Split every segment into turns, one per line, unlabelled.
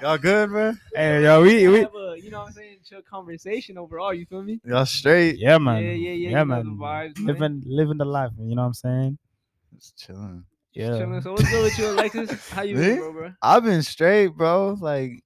Y'all good, man?
Hey, yo, we we
have a, you know what I'm saying, chill conversation overall. You feel me?
Y'all straight?
yeah, man.
Yeah, yeah, yeah,
yeah,
you know the
man.
vibes, man.
living living the life, you know what I'm saying?
Just chilling.
Just
Yeah.
chilling. So what's good with you, Alexis? How you
Me?
been, bro, bro?
I've been straight, bro. Like,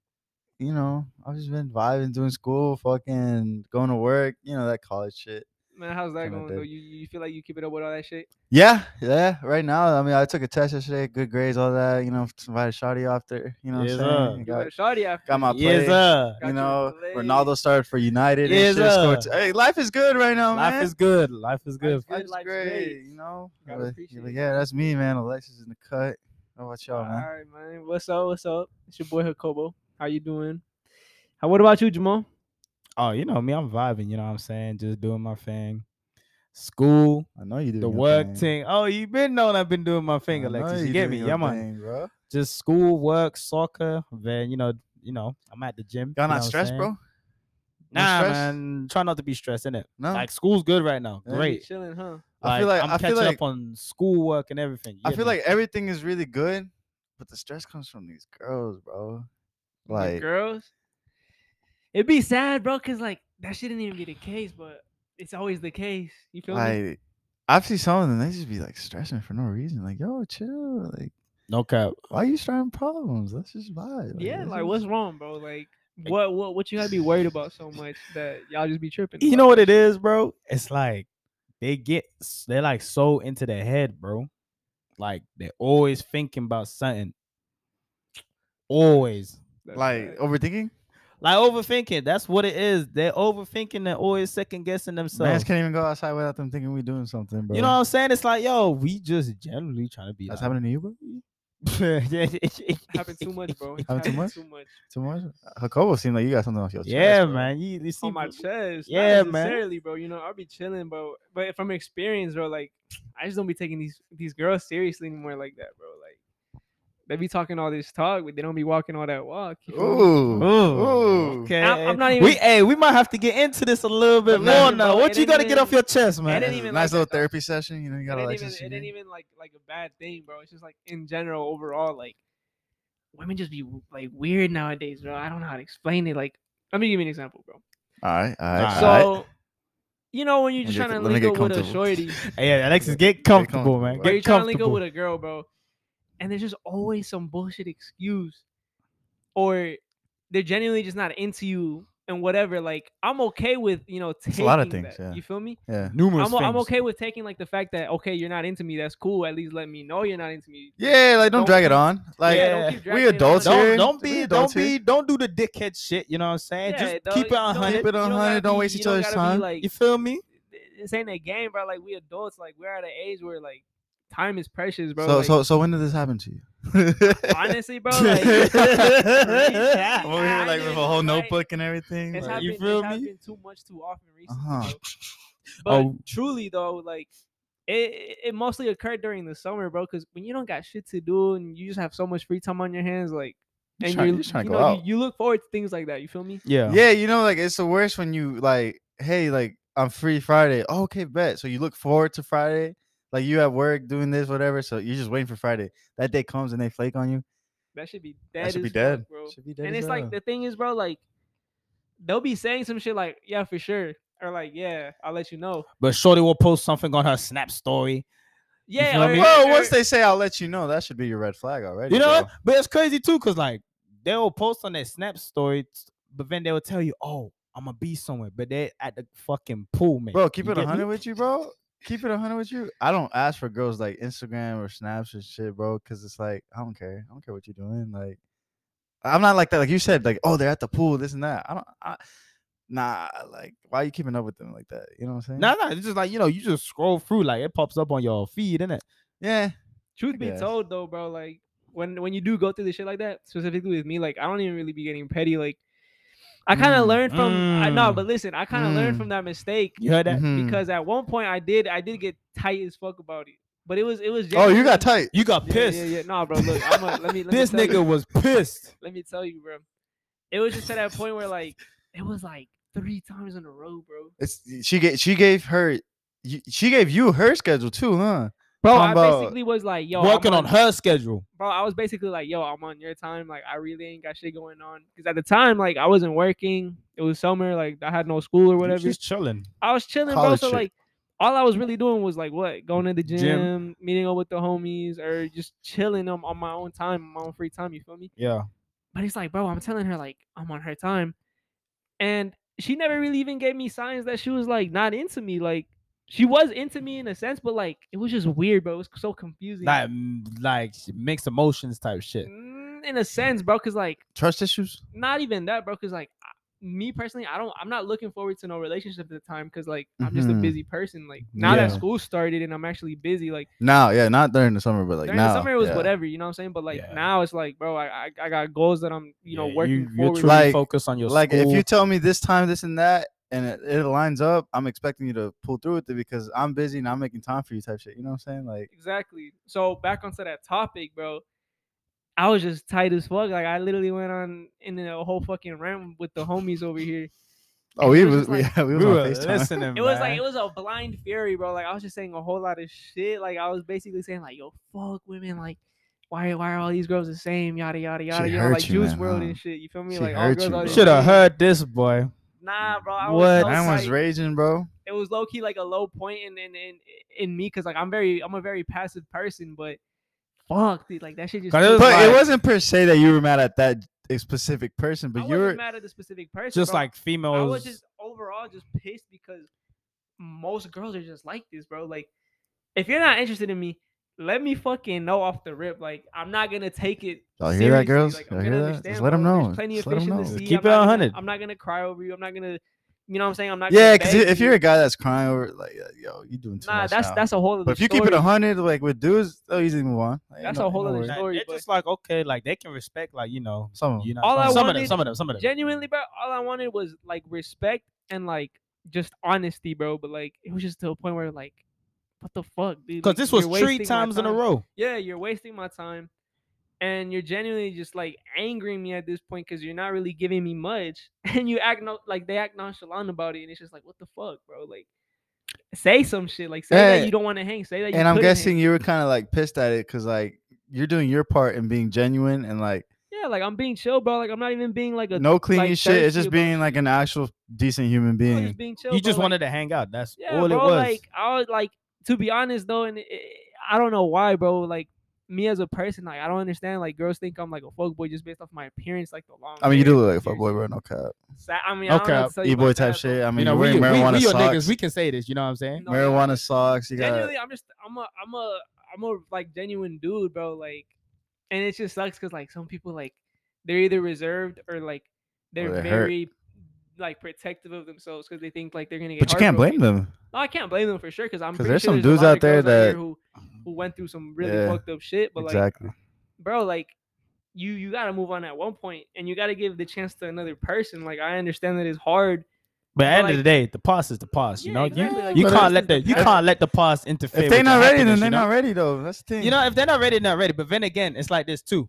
you know, I've just been vibing, doing school, fucking going to work, you know, that college shit.
Man, how's that
Kinda
going? Though?
did.
You you feel like you keep it up with all that shit?
Yeah, yeah. Right now, I mean, I took a test yesterday, good grades, all that. You know, invited Shotty off there. You know, what I'm
Yes, sir.
saying,
You
I got,
got Shawty after.
got my
Yes,
plays.
sir.
Got
you
your
know,
play.
Ronaldo started for United.
Yes,
and shit, scored
sir.
t- hey, life is good right now,
Life
man.
is good. Life is good.
is good.
Life is
life's
great,
great.
You know,
Gotta
But, you
appreciate
know,
it,
yeah, that's me, man. Alexis in the cut. How about y'all,
All
Oh, man?
right, man. What's up? What's up? It's your boy Jacobo. How you doing? How? What about you, Jamal?
Oh, you know me, I'm vibing, you know what I'm saying? Just doing my thing. School,
I know you do
the
your
work
thing.
thing. Oh, you been knowing I've been doing my thing,
I know
Alexis. You,
you
get
doing
me?
your
Yeah, man.
thing, bro.
Just school, work, soccer, then you know, you know, I'm at the gym.
Y'all
you know
not
what I'm
stressed,
saying?
bro? No
Nah,
stress?
man. Try not to be stressed, innit?
No.
Like school's good right now.
Yeah.
Great.
Chilling, huh?
I feel like
I'm
I
catching
feel like
up on schoolwork and everything. you
I
get
feel
me?
like everything is really good, but the stress comes from these girls, bro.
The
Like
girls. It'd be sad, bro, cause like that shouldn't even be the case, but it's always the case. You feel me?
like I've seen some of them, they just be like stressing for no reason. Like, yo, chill. Like,
no cap.
why you starting problems? Let's just vibe.
Yeah,
let's
like
just-
what's wrong, bro? Like
Like-
what what what you gotta be worried about so much that y'all just be tripping?
You
about
know what
that
it is, bro? It's like they get s- they're like so into their head, bro. Like they're always thinking about something. Always.
shit? That's
like oh,
bad.
overthinking?
Like overthinking. That's what it is. They're overthinking and always second guessing
Mans
themselves.
can't even go outside without them thinking we doing something, bro.
You know what I'm saying? It's like, yo, we just generally trying to be
that's
like-
happening to you, bro?
yeah,
happened too much, bro. It's
Happened too much?
Too much
Too much? Jacobo seemed like you got something off your chest.
Yeah,
bro.
man. You, you see,
on my
bro-
chest.
Yeah,
Yeah,
man.
man. Necessarily, bro. You know, I'll be chilling, bro. But from experience, bro, like I just don't be taking these these girls seriously anymore, like that, bro. Like they be talking all this talk, but they don't be walking all that walk. you feel
Ooh.
Ooh,
me?
Ooh.
okay.
I'm not
We,
even-
hey, we might have to get into this a little bit
I'm
more
not even
now.
about-
What
it
you
ain't
got to get
even-
off your chest,
I
man?
didn't
Yeah,
even
nice
like
little
that, though.
therapy session. You know, you
It
got
ain't
a
even,
license.
it ain't even like like a bad thing, bro. It's just like in general, overall, like women just be w- like weird nowadays, bro. I don't know how to explain it. Like, let me give you an example, bro.
All right, all right.
Alright.
So, you know, when you're
Let me
just
get-
trying to
let me
link
get
up with a
comfortable.
shorty,
Hey, yeah, Alexis,
Yeah.
get comfortable,
comfortable,
man.
bro.
or
Get
you're trying to link up
comfortable.
with a girl, bro, and there's just always some bullshit excuse, or they're genuinely just not into you and whatever. Like, I'm okay with you know
It's
taking
a lot of
that,
things, yeah.
You feel me?
yeah.
Numerous
I'm, o- I'm
things.
okay with taking like the fact that okay you're not into me that's cool at least let me know you're not into me
Yeah, like don't,
Don't
drag it
keep-
on. Like
Yeah,
don't keep dragging
we
it on.
adults
Don't-
here.
Don't don't
We
be don't
adults here.
be don't do the dickhead shit. You know what I'm saying?
Yeah,
Just
dog,
keep it
you
on
don't-
hundred.
Keep it
you
on
gotta
hundred. Don't
be-
waste
you
each other's
gotta be,
time.
like,
You feel me?
it's ain't a game, bro. Like we adults, like we're at an age where like time is precious, bro.
so
like,
so so when did this happen to you?
honestly, bro, like it's
I'm over here like with a whole notebook and everything.
happened,
like,
you
it's
feel me?
happened too much too often recently.
Uh-huh.
bro. But
Oh.
truly though, like it, it- it mostly occurred during the summer, bro. Because when you don't got shit to do and you just have so much free time on your hands, like
You're
and
trying-
you're,
you're trying to
you
go
know you,
out.
you look forward to things like that. You feel me?
Yeah.
yeah, you know, like it's the worst when you like, hey, like I'm free Friday. Oh, okay, bet. So you look forward to Friday. Like you at work doing this, whatever. So you're just waiting for Friday. That day comes and they flake on you.
That should be
That
dead.
should be
as fuck,
dead.
bro.
Should be dead
and
as
it's
hell.
like the thing is, bro, like they'll be saying some shit like, yeah, for sure. Or like, yeah, I'll let you know.
But Shorty will post something on her Snap story.
Yeah,
feel
or,
me?
Well,
or-
once
or-
they say I'll let you know, that should be your red flag already.
You know
bro.
what? But it's crazy too, cause like they'll post on their Snap story, t- but then they'll tell you, "Oh, I'm gonna be somewhere," but they're at the fucking pool, man.
bro. Keep
You
it
get me?
hundred with you, bro. Keep it hundred with you. I don't ask for girls like Instagram or snaps and shit, bro, because it's like I don't care. I don't care what you're doing. Like I'm not like that. Like you said, like oh they're at the pool, this and that. I don't. I, nah, like why you keeping up with them like that? You know what I'm saying?
No, no, it's just like you know, you just scroll through, like it pops up on your feed, innit?
Yeah.
truth be
guess.
told though, bro, like when when you do go through the shit like that, specifically with me, like I don't even really be getting petty. Like I kind of
Mm,
learned from I no,
mm,
but listen, I kind of learned from that mistake
You heard that?
mhm.
because at one point I did I did get tight as fuck about it, but it was it was.
oh, you got
genuinely-
tight.
You got
Yeah,
pissed.
Yeah, yeah, Nah, bro. Look, I'm a, let me. Let
This
me tell
nigga
you-
was pissed.
let me tell you, bro. It was just at that point where like it was like three times in a row, bro.
It's she gave she gave her. you- She gave you her schedule too, huh?
bro. I
talking about
basically was like, yo, I'm
Oh, uh, Working on her schedule.
bro. I was basically like, yo, I'm on your time. Like, I really ain't got shit going on because at the time, like, I wasn't working. It was summer. Like, I had no school or
You
whatever.
Just chilling.
I was chilling, bro.
college
So
shit.
like, all I was really doing was like, what, going to the gym,
Gym.
meeting up with the homies, or just chilling on, on my own time, my own free time. You feel me?
Yeah.
But it's like, bro, I'm telling her like I'm on her time, and she never really even gave me signs that she was like not into me. Like she was into me in a sense, but like it was just weird, bro. It was so confusing.
Like mm, like mixed emotions type shit.
Mm, in a sense, bro, because like
Trust issues?
not even that, bro. Because like I- me personally, I don't. I'm not looking forward to no relationship at the time because like I'm just a
Mhm.
busy person. Like now that
Yeah.
school started and I'm actually busy. Like
No, yeah, not during the summer, but like
during
now.
the summer it was
yeah.
whatever, you know what I'm saying. But like
Yeah.
now it's like, bro, I, I I got goals that I'm you know
Yeah,
working
you,
forward.
You're
to.
truly
Like-
focused on your
Like if
school.
you tell me this time, this and that, and it, it lines up, I'm expecting you to pull through with it because I'm busy and I'm making time for you type shit. You know what I'm saying? Like
exactly. So back onto that topic, bro. I was just tight as fuck. Like I literally went on in a whole fucking rant with the homies over here.
oh, we
it was
was
just like-
yeah, we was
we
on
were
FaceTime.
listening.
It was like
man.
it was a blind fury, bro. Like I was just saying a whole lot of shit. Like I was basically saying like, yo, fuck women. Like why why are all these girls the same? Yada yada yada. you know,
hurt
like
you,
Juice
man,
World
huh?
and shit. You feel me?
She
like all
hurt
girls
you,
are the
bro.
Should have
same.
heard this boy.
Nah, bro. I was
What?
So
That one's
tight.
raging, bro.
it was low key like a low point in in in, in me because like I'm very I'm a very passive person, but fuck, dude, like that shit just.
Cause it
took
was
But
me-
it
like-
wasn't per se that you were mad at that specific person,
I
but you
wasn't
were
mad at the specific person.
Just
bro.
like
I
females.
was just overall just pissed because most girls are just like this, bro. Like, if you're not interested in me, let me fucking know off the rip. Like, I'm not gonna take it.
Y'all hear that,
seriously.
girls?
Like,
Y'all hear
gonna
that?
understand,
Just let 'em
bro. There's
know.
Plenty
Just
of
let
fish
'em
in the
know.
sea.
Just keep
I'm
it
not gonna-
100.
I'm not gonna cry over you. I'm not gonna. You know what I'm saying? I'm not.
yeah,
gonna
because
beg
if you're
you.
a guy that's crying over, like, uh, yo, you doing too
nah,
much
that's
now.
that's a whole. Other
But if you
story.
keep it hundred, like with dudes, oh, easy to move on. Like, ain't
That's
no-
a
ain't
whole
no
other
worries.
like,
story,
they're
but-
just like okay, like they can respect, like you know,
Some of 'em.
you know,
All I
some of them,
wanted-
some of them, some of them.
genuinely, bro, all I wanted was like respect and like just honesty, bro. But like it was just to a point where like, what the fuck, dude?
Because
Like,
this was
you're
three
wasting my
times in a
time.
row.
Yeah, you're wasting my time, and you're genuinely just like angering me at this point because you're not really giving me much, and you act no- like they act nonchalant about it, and it's just like, what the fuck, bro? Like, say some shit. Like, say
Hey,
that you don't want to hang. Say that. You
And I'm
couldn't hang.
guessing you were kind of like pissed at it because like you're doing your part and being genuine and like
Yeah, like I'm being chill, bro. Like I'm not even being like a.
no clingy
like,
shit. It's
thirsty
just
about-
being like an actual decent human
I'm just
being.
being chill.
you
bro,
just
like-
wanted to hang out. That's
Yeah,
all
bro.
it was.
Like I was like to be honest though, and it, I don't know why, bro. Like me as a person, like I don't understand. Like girls think I'm like a fuckboy just based off my appearance, like the long.
I mean, you
hair,
do look like a
piercing.
fuckboy, bro. No cap.
Sa- I mean,
No
I don't know what
cap.
to tell you
E boy type
about that, bro.
shit. I mean,
you know,
you're
we,
wearing
we,
marijuana
we your
socks.
niggas. We can say this. You know what I'm saying?
No, yeah,
marijuana
like,
socks. You got.
Genuinely, I'm just I'm a I'm a I'm a like genuine dude, bro. Like, and it just sucks because like some people like they're either reserved or like they're
they're hurt.
very like protective of themselves because they think like they're gonna get.
But you can't blame
heartbroken.
them.
No, I can't blame them for sure because I'm
'Cause
pretty
there's
sure
some
a
dudes
lot of
out there
girls here
that-
who, who went through some really
Yeah,
fucked up shit. But like,
Exactly.
bro, like you you gotta move on at one point, and you gotta give the chance to another person. Like I understand that it's hard.
But at the end
like-
of the day, the past is the past. You
Yeah,
know,
exactly, like,
you, you
but
can't
it's-
let the you
if-
can't let the past interfere.
If they're
with
not
your
ready, then
happiness,
they're
you know?
not ready though. That's the thing.
You know, if they're not ready, they're not ready. But then again, it's like this too.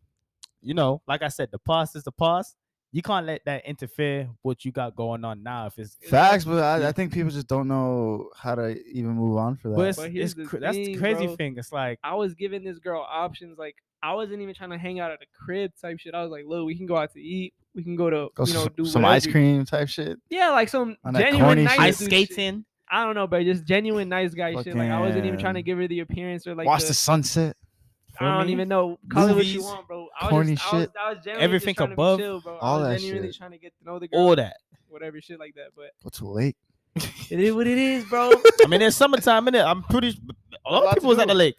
You know, like I said, the past is the past. You can't let that interfere with what you got going on now. If it's
Facts, but I,
Yeah.
I think people just don't know how to even move on for that.
but it's,
But here's
it's
the
cr- that's the
thing,
crazy
bro.
thing. It's like
I was giving this girl options. Like I wasn't even trying to hang out at a crib type shit. I was like, look, we can go out to eat. We can go to
Go
you know
s-
do
some ice
whatever."
cream type shit.
Yeah, like some
On that
genuine
corny
nice
shit.
ice
dude Shit.
skating.
I don't know, bro. Just genuine nice guy shit. Like I wasn't even trying to
Fucking-
give her the appearance or like
Watch
the-
the sunset.
feel
I don't
me?
even know. Call it what you
Movies,
want, bro. I was
corny
just, I was,
shit,
I was genuinely just
everything
trying to be
above,
chill, bro.
all
I was
that
genuinely
shit.
trying to get to know the girl,
All that.
whatever shit like that. But
Go to the lake.
it is what it is, bro.
I mean, it's summertime in it. I'm pretty. s- A lot
lot
of
to
people was at
do.
the lake.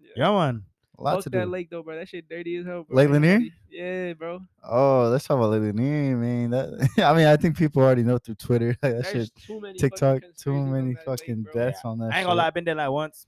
Yeah.
Yeah, man.
A lot
Fuck
to
that
do.
lake though, bro. That shit dirty as hell. Bro.
Lake
Ain't
Lanier?
nobody- Yeah, bro.
Oh, let's talk about Lady Neer, man. That I mean, I think people already know through Twitter. Like, that
There's
shit,
too many fucking
TikTok, too
conspiracies on
many
that lake,
fucking
bro.
deaths on that.
I ain't gonna lie.
shit.
I've been there like once.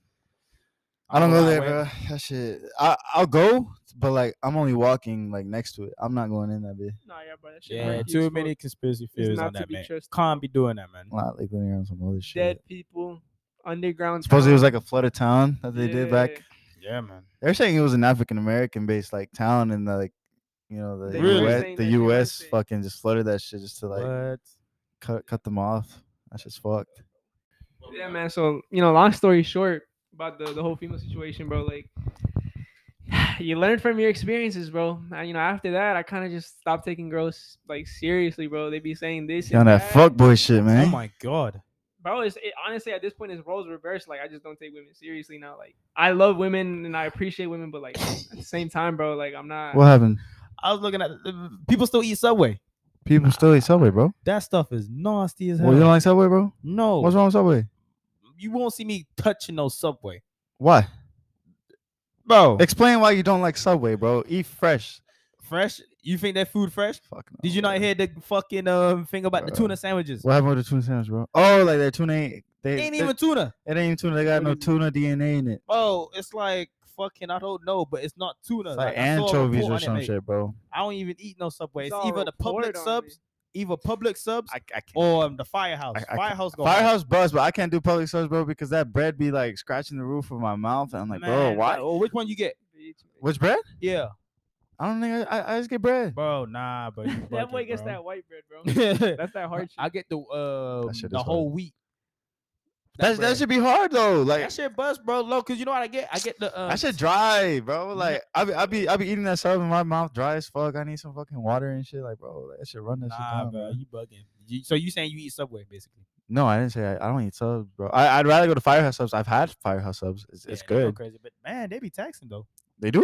I don't
I'm
go
not
there,
wet.
bro. That shit. I I'll go, but like I'm only walking like next to it. I'm not going in that bit.
Nah, yeah, bro. That shit.
Yeah,
murky as
too
fuck.
many conspiracy theories
not
on
to
that
be
man.
trusted,
Can't be doing that, man.
Not Lake Lanier on some other shit.
dead people, underground.
Supposedly it was like
town.
a flooded town that they did back.
Yeah.
Yeah, man.
They're saying it was an African American based like town, and like you know the
They
were
US,
saying
the
that they were
U.S.
saying-
fucking just flooded that shit just to like
What?
cut cut them off. That's just fucked.
Yeah, man. So you know, long story short, about the, the whole female situation, bro. Like, you learn from your experiences, bro. And, you know, after that, I kind of just stopped taking girls like seriously, bro. They be saying this
You on
and
that fuckboy shit,
Oh
man.
my god.
bro. It's, it, honestly at this point, it's roles reversed. Like, I just don't take women seriously now. Like, I love women and I appreciate women, but like at the same time, bro, like I'm not.
What happened?
I was looking at uh, people still eat Subway.
People still eat Subway, bro.
That stuff is nasty as hell.
Well, you don't like Subway, bro?
Oh.
no,
What's wrong with Subway?
you won't see me touching no Subway,
Why?
bro.
Explain why you don't like Subway, bro. Eat fresh.
fresh? You think that food fresh?
Fuck no,
Did you not
bro.
hear the fucking um thing about the
Bro.
tuna sandwiches?
What happened with the tuna sandwich, bro? Oh, like their tuna ain't. They,
It ain't
they-
even tuna.
it ain't even tuna. They got
What
no
is it?
tuna DNA in it.
Bro, it's like fucking I don't know, but it's not tuna.
It's like
I saw a
anchovies
report
or
on it,
some
like,
shit, bro.
I don't even eat no Subway. It's
Saw a
either the public
report on
subs,
it.
either public subs,
I, I can't.
or um, the firehouse.
I- I can't-
firehouse. gonna-
Firehouse buzz, but I can't do public service, bro, because that bread be like scratching the roof of my mouth, and I'm like, bro,
Man,
why?
bro, Or oh, which one you get?
Bitch, man.
Which bread?
Yeah,
I don't think I, I, I just get bread.
bro. Nah, bro. you
that boy
bugging,
gets
bro.
that white bread, bro.
I
That's that hard shit.
get the uh
shit is
the
hard.
whole wheat.
That that
bread.
should be hard though. Like
that shit bust, bro. Low, cause you know what I get? I get the uh,
I should dry, bro.
n-
Like I be I be I be eating that stuff, and my mouth dry as fuck. I need some fucking water and shit. Like, bro, that should run that shit
Nah,
down,
bro.
bro.
You bugging? You, so you saying you eat Subway basically?
No, I didn't say I, I don't eat subs, bro. I, I'd rather go to Firehouse subs. I've had Firehouse subs. It's, it's
Yeah, they go
good.
Crazy, but man, they be taxing though.
They do.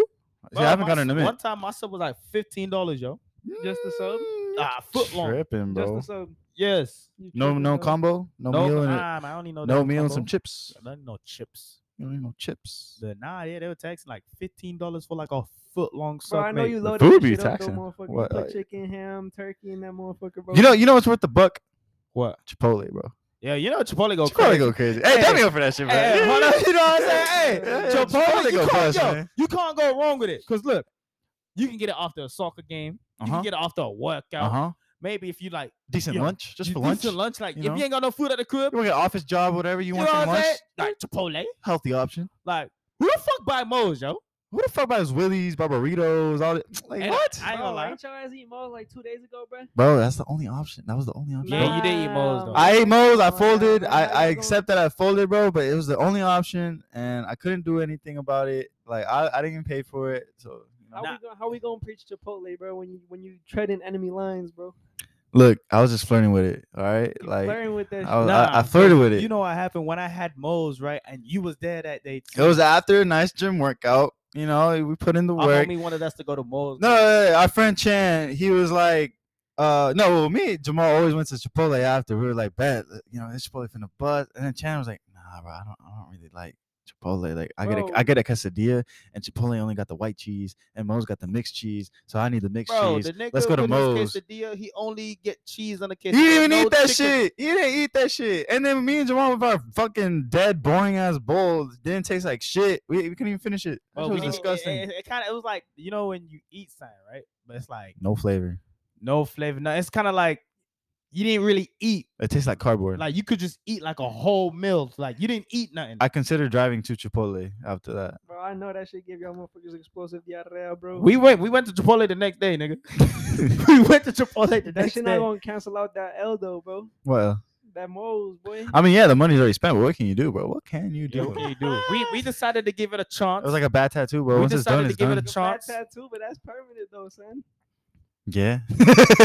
Bro,
See, I haven't
my
gotten in a
sub- One
minute.
time my sub was like fifteen dollars, yo.
Just the sub?
Ah, foot long.
Mm, Tripping,
Just
bro.
the sub.
Yes.
You
No,
tripping,
no
dog.
combo. No,
No,
meal. And a-
nah, man, I don't need no.
no
damn
meal and
combo.
some chips.
I don't need no chips.
You don't need no chips.
The, nah, yeah, they were taxing like fifteen dollars for like a foot long sub.
Bro, I know
mate.
you
The
loaded
food
that
be
shit up, though,
taxing.
motherfucker. You
What,
put
like-
chicken, ham, turkey, and that motherfucker, bro.
You know, you know what's worth the buck?
What?
Chipotle, bro.
Yeah, you know Chipotle go
Chipotle
crazy.
go crazy. Hey,
Hey,
damn me up for that shit, bro.
Hey, hold up, you know what I'm saying? Hey,
Yeah,
Chipotle,
Chipotle
you,
go
can't,
first,
yo,
man.
you can't go wrong with it. Cause look, you can get it after a soccer game. You
Uh-huh.
can get it after a workout.
Uh huh.
Maybe if you like
Decent
Yo,
lunch, just
you
for lunch.
decent lunch. Like
you
if
know?
you ain't got no food at the crib,
You want to get an office job, whatever you,
you,
want
know
for
what I'm
lunch?
saying? Like Chipotle.
Healthy option.
Like who the fuck buy Mo's, yo?
Who the fuck buys Willie's, buy burritos, all that? Like
And
what?
I ain't gonna
Bro,
lie.
ain't y'all guys eat mole like two days ago, bro?
bro, that's the only option. That was the only option.
Yeah,
bro.
you did eat Moe's, though.
I ate Moe's. I folded. I,
Nah,
I
you don't-
accept that I folded, bro. But it was the only option, and I couldn't do anything about it. Like I, I didn't even pay for it. So you know.
How we gonna how we gonna preach Chipotle, bro? When you when you tread in enemy lines, bro.
look, I was just flirting with it. All right,
You
like
flirting with that.
Oh, I, was-
shit.
I- I
Nah,
flirted with it.
You know what happened when I had Mo's, right? And you was there that day.
It was after a nice gym workout. You know, we put in the
Our
work.
homie wanted us to go to Mo's.
No, no, no, our friend Chan, he was like, uh, no, well, me and Jamal always went to Chipotle after. We were like, bet, uh, you know, it's Chipotle from the bus. And then Chan was like, nah, bro, I don't, I don't really like Chipotle. Like, I get a,
Bro.
I get a quesadilla, and Chipotle only got the white cheese, and Mo's got the mixed cheese, so I need the mixed
Bro,
cheese.
the nigga
Let's go to
with his
Mo's.
quesadilla, he only get cheese on the quesadilla.
He didn't even
no
eat that
chicken.
shit. He didn't eat that shit. And then me and Jamal with our fucking dead, boring ass bowl didn't taste like shit. We, we couldn't even finish it. That
Bro,
shit
we
was
didn't- it-
disgusting.
It, kind of it was like you know when you eat something, right? But it's like
no flavor.
no flavor. No, it's kind of like you didn't really eat.
It tastes like cardboard.
Like you could just eat like a whole meal. Like you didn't eat nothing.
I consider driving to Chipotle after that.
bro, I know that shit give y'all motherfuckers explosive diarrhea, bro.
we went. We went to Chipotle the next day, nigga. we went to Chipotle the
that
next
shit
day.
not gonna cancel out that L though, bro.
Well,
That moles, boy.
I mean, yeah, the money's already spent, but what can you do, bro? What can you
Yeah,
do?
what can you do? We we decided to give it a chance.
It was like a bad tattoo, bro.
We
Once it's done,
decided
it's
to give it
done.
a
It's a bad
chance.
tattoo, but that's permanent though, son.
yeah.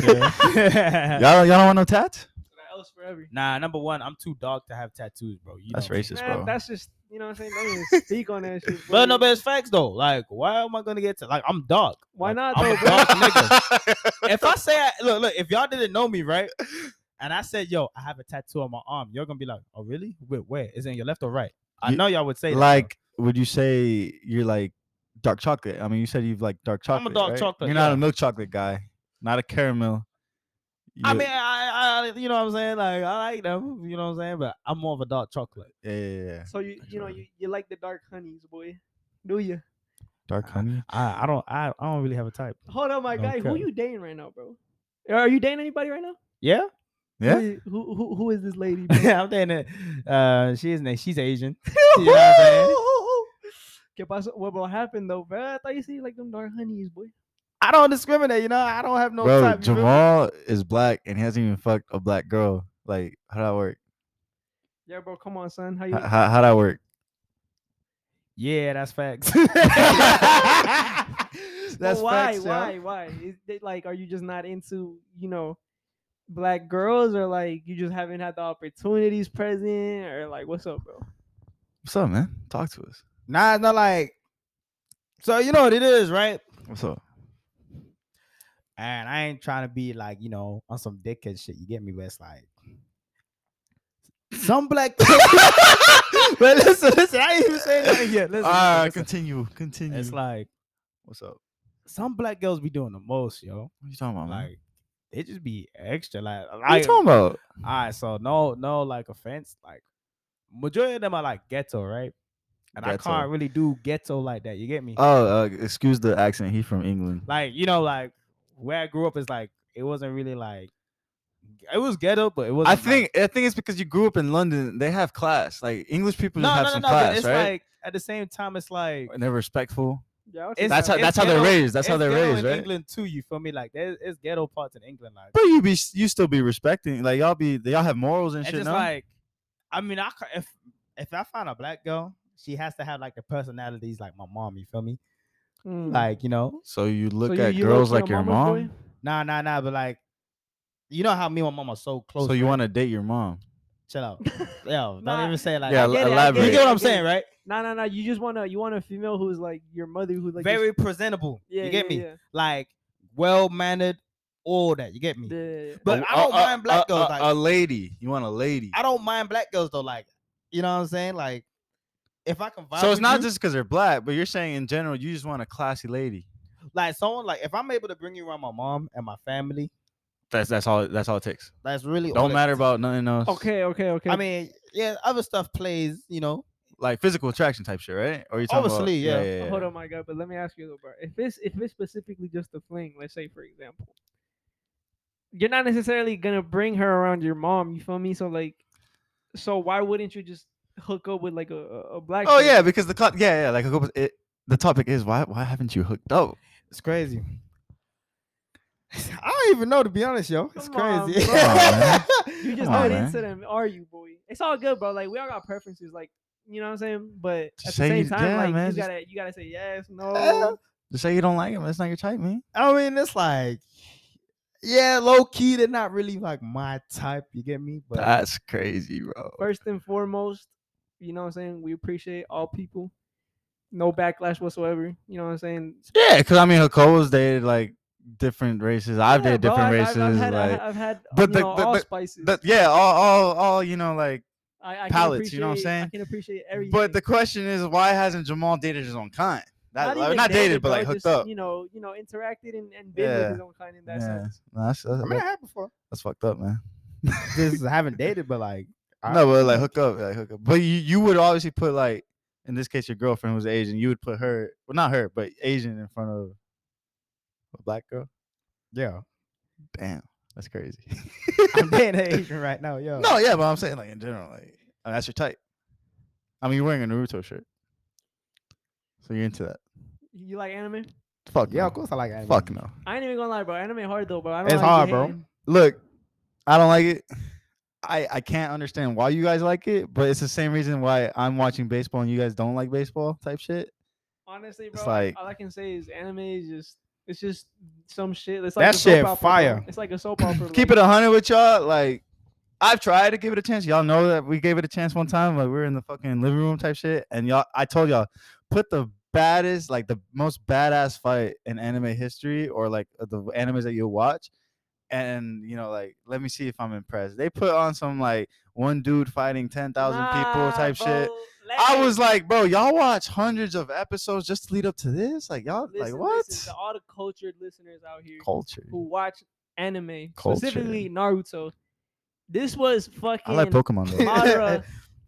Yeah.
y'all, y'all don't want no tat?
So that L's forever.
Nah, number one, I'm too dark to have tattoos, bro. You
That's
know.
racist,
Man,
bro.
that's just you know what I'm saying. Don't even speak on that shit.
But no,
boy.
but it's facts though. Like, why am I gonna get to like I'm dark?
Why
Like,
not,
I'm a
though, bro?
dark nigga. If I say I, look, look, if y'all didn't know me, right? And I said, yo, I have a tattoo on my arm, you're gonna be like, Oh really? Wait, where? Is it in your left or right? I
You-
know y'all would say that, bro.
like, would you say you're like dark chocolate? I mean, you said you've like dark
I'm a
chocolate.
dark
right?
chocolate,
You're not
yeah.
a milk chocolate guy, not a caramel.
I
You-
mean, I, I, you know what I'm saying? Like, I like them, you know what I'm saying? But I'm more of a dark chocolate.
yeah, yeah, yeah.
So you you know
Sorry.
you, you like the dark honeys, boy. Do you?
Dark honey.
I, I don't, I, I don't really have a type.
Hold on, my guy. Who
Okay.
you dating right now, bro? Are you dating anybody right now?
Yeah,
Yeah?
Who, i- who, who, who is this lady? Bro?
I'm dating. a- Uh, she isn't. She's Asian. You know what I'm saying?
¿Qué pasó? What will happen though, bro? I thought you see like them dark honeys, boy.
I don't discriminate. You know, I don't have no
bro,
type. you feel me?
Jamal is black and he hasn't even fucked a black girl. Like, how would that work?
Yeah, bro. Come on, son. How you?
How, how, how'd that work?
Yeah, that's facts.
But
That's
why,
facts, yo.
why, why? Is it like, are you just not into, you know, black girls, or like you just haven't had the opportunities present, or like what's up, bro?
What's up, man? Talk to us.
nah, it's not like. So you know what it is, right?
What's up?
And I ain't trying to be like, you know, on some dickhead shit. You get me? But it's like some black. but listen, listen. I ain't even saying nothing yet. Listen,
All right,
listen, listen.
continue, continue.
It's like
What's up?
some black girls be doing the most, yo.
What you talking about, man?
Like they just be extra. Like,
what you talking about?
all right. So no, no, like offense. Like majority of them are like ghetto, right? And I
Ghetto.
can't really do ghetto like that. You get me?
Oh, uh, excuse the accent. He from England.
like you know, like where I grew up is like it wasn't really like it was ghetto, but it wasn't.
I
like-
think I think it's because you grew up in London. They have class. Like English people just
no,
have
no, no,
some
no. but
class,
it's
right?
like at the same time, it's like
and they're respectful.
Yeah, I would say
it's-
That's how-
it's
that's how they're
ghetto-
raised. That's how
it's
they're
ghetto
raised,
in
right?
England too. You feel me? Like there's it's ghetto parts in England, like
But you be you still be respecting. Like y'all be y'all have morals and
it's
shit.
just
no?
like I mean, I ca- if if I find a black girl, she has to have like the personalities like my mom. You feel me?
Mm.
Like you know,
so you
So
look
you-
at
you
girls
low-key a
like your
mama's
mom.
boy?
nah, nah, nah. But like, you know how me and my mom are so close.
So you
right?
want to date your mom?
chill out, yo.
Nah,
Don't even say it like
yeah,
that.
l-
get it, I
elaborate.
You
it,
get what
I
I'm
get
saying,
it.
right?
No, no, no. You just wanna you want a female who's like your mother, who like just-
Very presentable.
yeah,
you get
yeah,
me?
yeah.
Like well mannered, all that. You get me?
Yeah, yeah, yeah.
But
I
I don't mind black girls. like,
oh, a lady. You want a lady.
I don't mind black girls though. Like, you know what I'm saying? Like, if I can vibe
So it's
with
not
you,
just because they're black, but you're saying in general you just want a classy lady.
like someone like if I'm able to bring you around my mom and my family,
That's that's all. That's all it takes.
that's really all
Don't
it-
matter about nothing else.
Okay, okay, okay.
I mean, yeah, other stuff plays, you know.
like physical attraction type shit, right? Or you talking
Obviously,
about?
yeah.
yeah,
Hold on, my God. But let me ask you though, bro. If it's if it's specifically just a fling, let's say for example, you're not necessarily gonna bring her around your mom. You feel me? So like, so why wouldn't you just hook up with like a, a a black?
Oh
chick?
yeah, because the clock. Yeah, yeah. Like it, the topic is why why haven't you hooked up?
It's crazy. I don't even know to be honest, yo. It's
Come on,
crazy.
bro.
You
you just
Come on,
not
man.
into them, are you, boy? It's all good, bro. Like we all got preferences, like you know what I'm saying. But at the
Just say
same
you-
time,
yeah,
like
man,
you
just-
gotta you gotta say yes,
Uh,
no.
Just say you don't like him. That's not your type, man.
I mean, it's like, yeah, low key, they're not really like my type. You get me? But
That's crazy, bro.
First and foremost, you know what I'm saying. We appreciate all people. No backlash whatsoever. You know what I'm saying.
Yeah, because I mean, Hakoa's dated like different races. I've
Yeah,
dated
bro,
different
I've-
races.
I've, I've had,
like,
I've, I've had uh,
but
you
the-
know,
the-
all
the-
spices.
but yeah, all, all, all, you know, like.
I, I
palettes,
Can
you know what I'm
appreciate- I
saying?
can appreciate everything.
But the question is, why hasn't Jamal dated his own kind? That, not,
even
not dated, but
bro,
like hooked
just,
up.
You know, you know, interacted and, and been with
Yeah.
his own kind in that
Yeah.
sense.
Nah, that's, that's,
I mean, I have before.
that's fucked up, man.
Just haven't dated, but like, I-
no, but like hook up, like hook up. But you, you would obviously put like in this case your girlfriend who's Asian, you would put her, well not her, but Asian in front of a black girl.
yeah,
Damn, that's crazy.
I'm dating an Asian right now, yo.
no, yeah, but I'm saying like in general, like I mean, that's your type. I mean, you're wearing a Naruto shirt, so you're into that.
You like anime?
Fuck
yeah,
no.
of course I like anime.
Fuck no.
I ain't even gonna lie, bro. Anime hard though, bro. I don't
it's
like you
hard,
hate
bro.
it.
Look, I don't like it. I I can't understand why you guys like it, but it's the same reason why I'm watching baseball and you guys don't like baseball type shit.
Honestly, bro.
It's like-
like, all I can say is anime is just it's just some shit. It's
That
like a
shit
soap opera, bro.
fire.
It's like a soap opera.
keep it
like,
a hundred with y'all. Like, I've tried to give it a chance. Y'all know that we gave it a chance one time. Like, we were in the fucking living room type shit, and y'all, I told y'all, put the baddest, like the most badass fight in anime history, or like the animes that you watch, and you know, like, let me see if I'm impressed. They put on some like one dude fighting ten thousand people
nah,
type shit.
bro,
I
let
was
me-
like, bro, y'all watch hundreds of episodes just to lead up to this. Like, y'all,
listen,
like, what?
Listen, to all the cultured listeners out here
Culture.
who watch anime,
Culture.
specifically Naruto, this was fucking.
I like Pokemon though.
Madara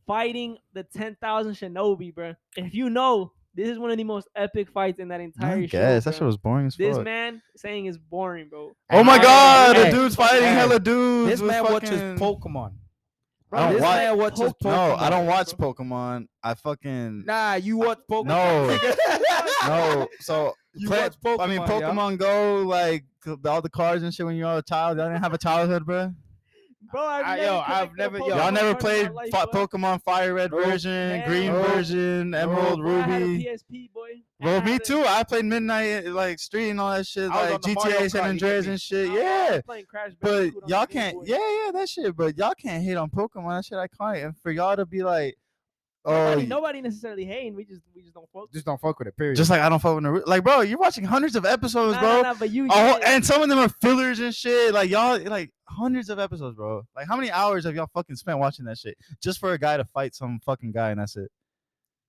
fighting the 10,000 shinobi, bro. If you know, this is one of the most epic fights in that entire
I
show.
guess that shit
bro.
was boring as
This
fuck.
man saying it's boring, bro.
Oh my
Hey,
god,
hey,
the dude's fighting
hey,
hella dudes.
This
with
man watches
fucking-
Pokemon.
I don't
this
watch-
man watches Pokemon.
No, I don't watch Pokemon. I fucking
Nah, you watch Pokemon.
No. no. So
You
play-
watch
I mean,
Pokemon, yeah?
Pokemon Go, like all the cards and shit. When you're a child, I didn't have a childhood, bro.
bro. I've
I-
never
yo, I've
collected a
never- yo.
Pokemon
I've
Y'all never
card in my
played
life,
Fi-
bro.
Pokemon Fire Red
Nope.
version,
Hell
Green
no.
version, Emerald,
Bro, I had a
Ruby.
PSP boy. and I
Bro, me
had a-
too. I played Midnight uh, like Street and all that shit,
I was
like
on the Mario
GTA
Kart, you
San
get
Andreas
me.
and
I
shit.
was
Yeah.
playing Crash
But
Bandicoot on the
y'all
Game
can't,
Boy.
yeah, yeah, that shit. But y'all can't hate on Pokemon. That shit iconic. And for y'all to be like, oh,
Nobody, nobody necessarily hating. We just, we just don't focus.
Just don't fuck with it. Period.
just like I don't fuck with Naruto. Like, bro, you're watching hundreds of episodes,
Nah,
bro.
nah, nah, but you,
Oh,
did.
and some of them are fillers and shit. Like y'all, like hundreds of episodes, bro. Like how many hours have y'all fucking spent watching that shit just for a guy to fight some fucking guy and that's it?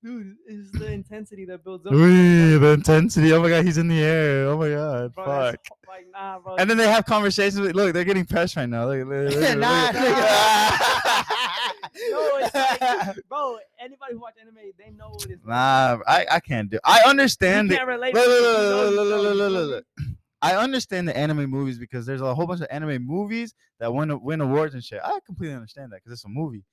dude, it's the intensity that builds up.
Ooh, the intensity. Oh my god, he's in the air. Oh my god, fuck.
Bro, that's ho- Like, nah, bro.
And then they have conversations. With, look, they're getting pressed right now. Look, look, look, look,
Nah,
look.
no, it's like, bro. Anybody who watch anime, they know what it's.
nah, I, I can't do. I understand
you
the
can't relate.
Look, look,
because
look,
you know
look, look,
yourself,
look,
you
look,
feel
look,
me?
look. I understand the anime movies because there's a whole bunch of anime movies that win win awards and shit. I completely understand that because it's a movie.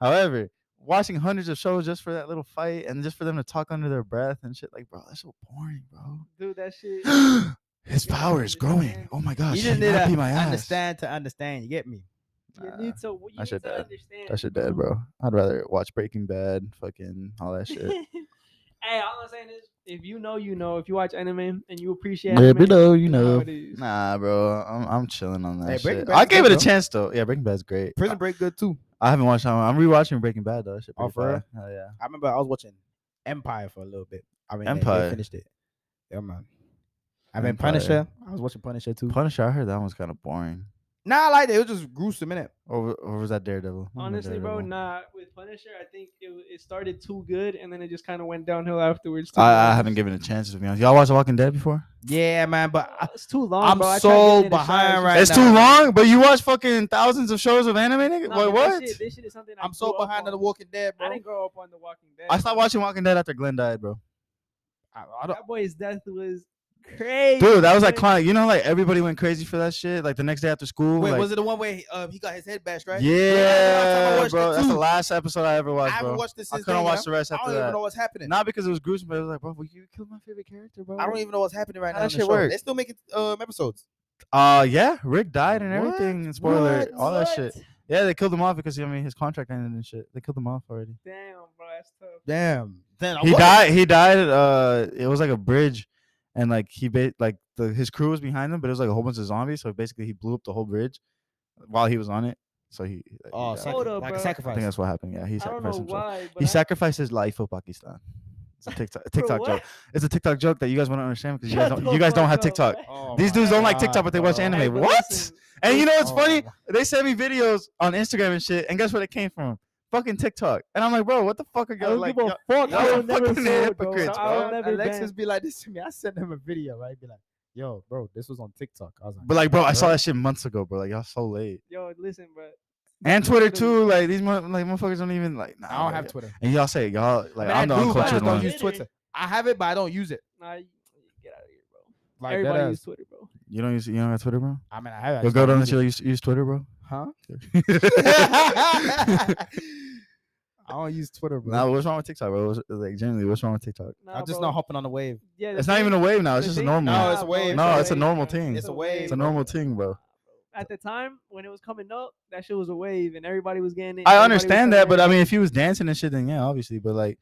However, watching hundreds of shows just for that little fight and just for them to talk under their breath and shit, like, bro, that's so boring, bro.
Dude, that shit.
His
Yeah,
power is
yeah,
growing.
man.
Oh my gosh,
you
he
just need
might be
to
my ass.
understand to understand. You get me?
You
Nah,
need to. You
that
need
shit
to
dead.
understand.
that shit dead, bro. I'd rather watch Breaking Bad, fucking all that shit.
hey, all I'm saying is, if you know, you know. If you watch anime and you appreciate,
Yeah,
anime,
below, you
how
know.
it is.
Nah, bro, I'm I'm chilling on that
Hey, Breaking
shit.
Bad's
I gave
good,
it a
though.
chance though. Yeah, Breaking Bad's great.
Prison Break good too.
I haven't watched that one. I'm rewatching Breaking Bad though. That shit
Oh,
pretty
for real?
fire. Hell yeah.
I remember I was watching Empire for a little bit. I mean, they- they
Empire.
finished it. Yeah, man. I mean,
Empire.
Punisher. I was watching Punisher too.
Punisher, I heard that one's kind of boring.
nah, I liked it. It was just gruesome, innit?
Or, wa- or was that Daredevil? I don't know
Honestly, bro,
Daredevil.
nah. With Punisher, I think it, w- it started too good, and then it just kind of went downhill afterwards. to be
I, I
honest.
haven't given it a chance to be honest. Y'all watched The Walking Dead before?
Yeah, man. But
Uh,
I,
it's too long.
I'm
bro. I tried
so
giving it a shot,
behind
it's just-
right
it's
now.
too long, but you watch fucking thousands of shows of anime. Nigga?
Nah,
Wait,
man,
what?
This shit, this shit is something I
I'm so
grew up
behind on
on.
The Walking Dead,
I
bro.
didn't grow up on The Walking Dead.
I stopped
bro.
watching Walking Dead after Glenn died, bro.
I, I don't.
That boy's death was crazy.
Dude, that was
man.
iconic. You know, like everybody went crazy for that shit. Like the next day after school.
Wait,
like,
was it the one where he, uh, he got his head bashed, right?
Yeah,
watched it
bro. That's the
too.
last episode I ever
I
watched,
haven't
bro.
watched this
I
since
couldn't
then,
watch
yo.
the rest
I don't
after
even
that.
know what's happening.
Not because it was gruesome, but it was like, bro, will you killed my favorite character, bro.
I don't even know what's happening right
How
now.
that
on the
shit
show.
work?
They still making um, episodes.
Uh, yeah, Rick died and
What?
everything. And spoiler,
What?
all that
What?
shit. Yeah, they killed him off because I mean his contract ended and shit. They killed him off already.
Damn, bro, that's tough.
Damn. Then I
He
wasn't-
died. He died. Uh, it was like a bridge, and like he ba- like the his crew was behind him, but it was like a whole bunch of zombies. So basically, he blew up the whole bridge while he was on it. So he. like, he
Oh,
died.
sacri-
Hold up,
like a
bro.
I
sacrifice.
think that's what happened. Yeah, he
I don't
sacrificed
know
himself.
why, but
He
I-
sacrificed his life for Pakistan. It's a TikTok,
Bro,
TikTok
what?
joke. It's a TikTok joke that you guys want to understand because you guys
Shut
don't,
the
you guys don't
fuck
have
up,
TikTok.
man.
Oh
These
my
dudes don't like
God,
TikTok, but they watch
bro.
anime.
Hey, but
What?
listen,
And you know what's
Oh
funny?
my-
They send me videos on Instagram and shit, and guess where they came from? Fucking TikTok. And I'm like, bro, what the fuck are
I
y'all
don't
like?
give a
y'all-
fuck.
y'all
I
some
would never
fucking
do it,
hypocrites,
bro. I would
bro.
never
Alexis
ban-
be like this to me. I sent him a video, right? Be like, yo, bro, this was on TikTok. I was like,
But like, bro, I saw
Bro.
that shit months ago, bro. Like, y'all so late.
Yo, listen, bro.
And
These
Twitter
little-
too. Like these mo- like motherfuckers don't even like. Nah,
I don't
bro,
have
yeah.
Twitter.
And y'all say y'all like
I
I'm
mean,
the
I do, but I
uncultured
just don't
one.
use Twitter. I have it, but I don't use it.
Nah, you, get out of here, bro.
Like that
Everybody
ass.
uses Twitter, bro.
You don't use you don't have Twitter, bro.
I mean, I have. it, I
Yo,
just
go
don't
down
use
and
it.
use use Twitter, bro.
Huh?
nah,
I don't use Twitter, bro.
what's wrong with TikTok, bro? What's- like generally, what's wrong with TikTok?
Nah,
I'm just
bro.
not hopping on the wave.
Yeah,
It's
the
not
thing-
even a wave now. It's
the
just a
thing-
normal.
No,
one.
it's a wave.
No, it's a normal
bro.
thing.
It's a wave,
It's a
bro.
normal thing, bro.
At the time when it was coming up, that shit was a wave, and everybody was getting it.
I
everybody was
understand
trying
that,
to-
but I mean, if he was dancing and shit, then yeah, obviously. But like,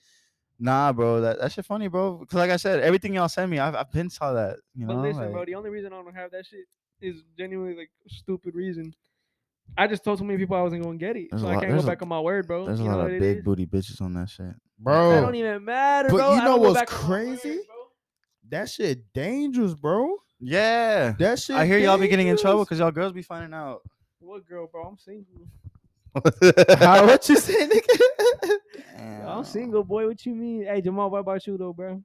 nah, bro, that, that shit funny, bro. Because like I said, everything y'all send me, I've, I've been saw that. You know,
But listen,
like,
bro, the only reason I don't have that shit is genuinely like stupid reason. I just told so many people I wasn't gonna get it,
There's a
so
lot-
I can't
there's
go
a-
back on my word, bro.
there's a
You know
lot
what
of
it
big
is?
booty bitches on that shit.
That
Bro,
don't even matter,
But you
bro. I
know
don't go
what's
back on my word,
crazy?
bro.
that shit dangerous, bro.
Yeah,
That shit.
I hear y'all be getting in
dangerous.
trouble because y'all girls be finding out.
What girl, bro? I'm single.
How- what you saying, nigga?
I'm single, boy. What you mean? Hey, Jamal, what about you though, bro?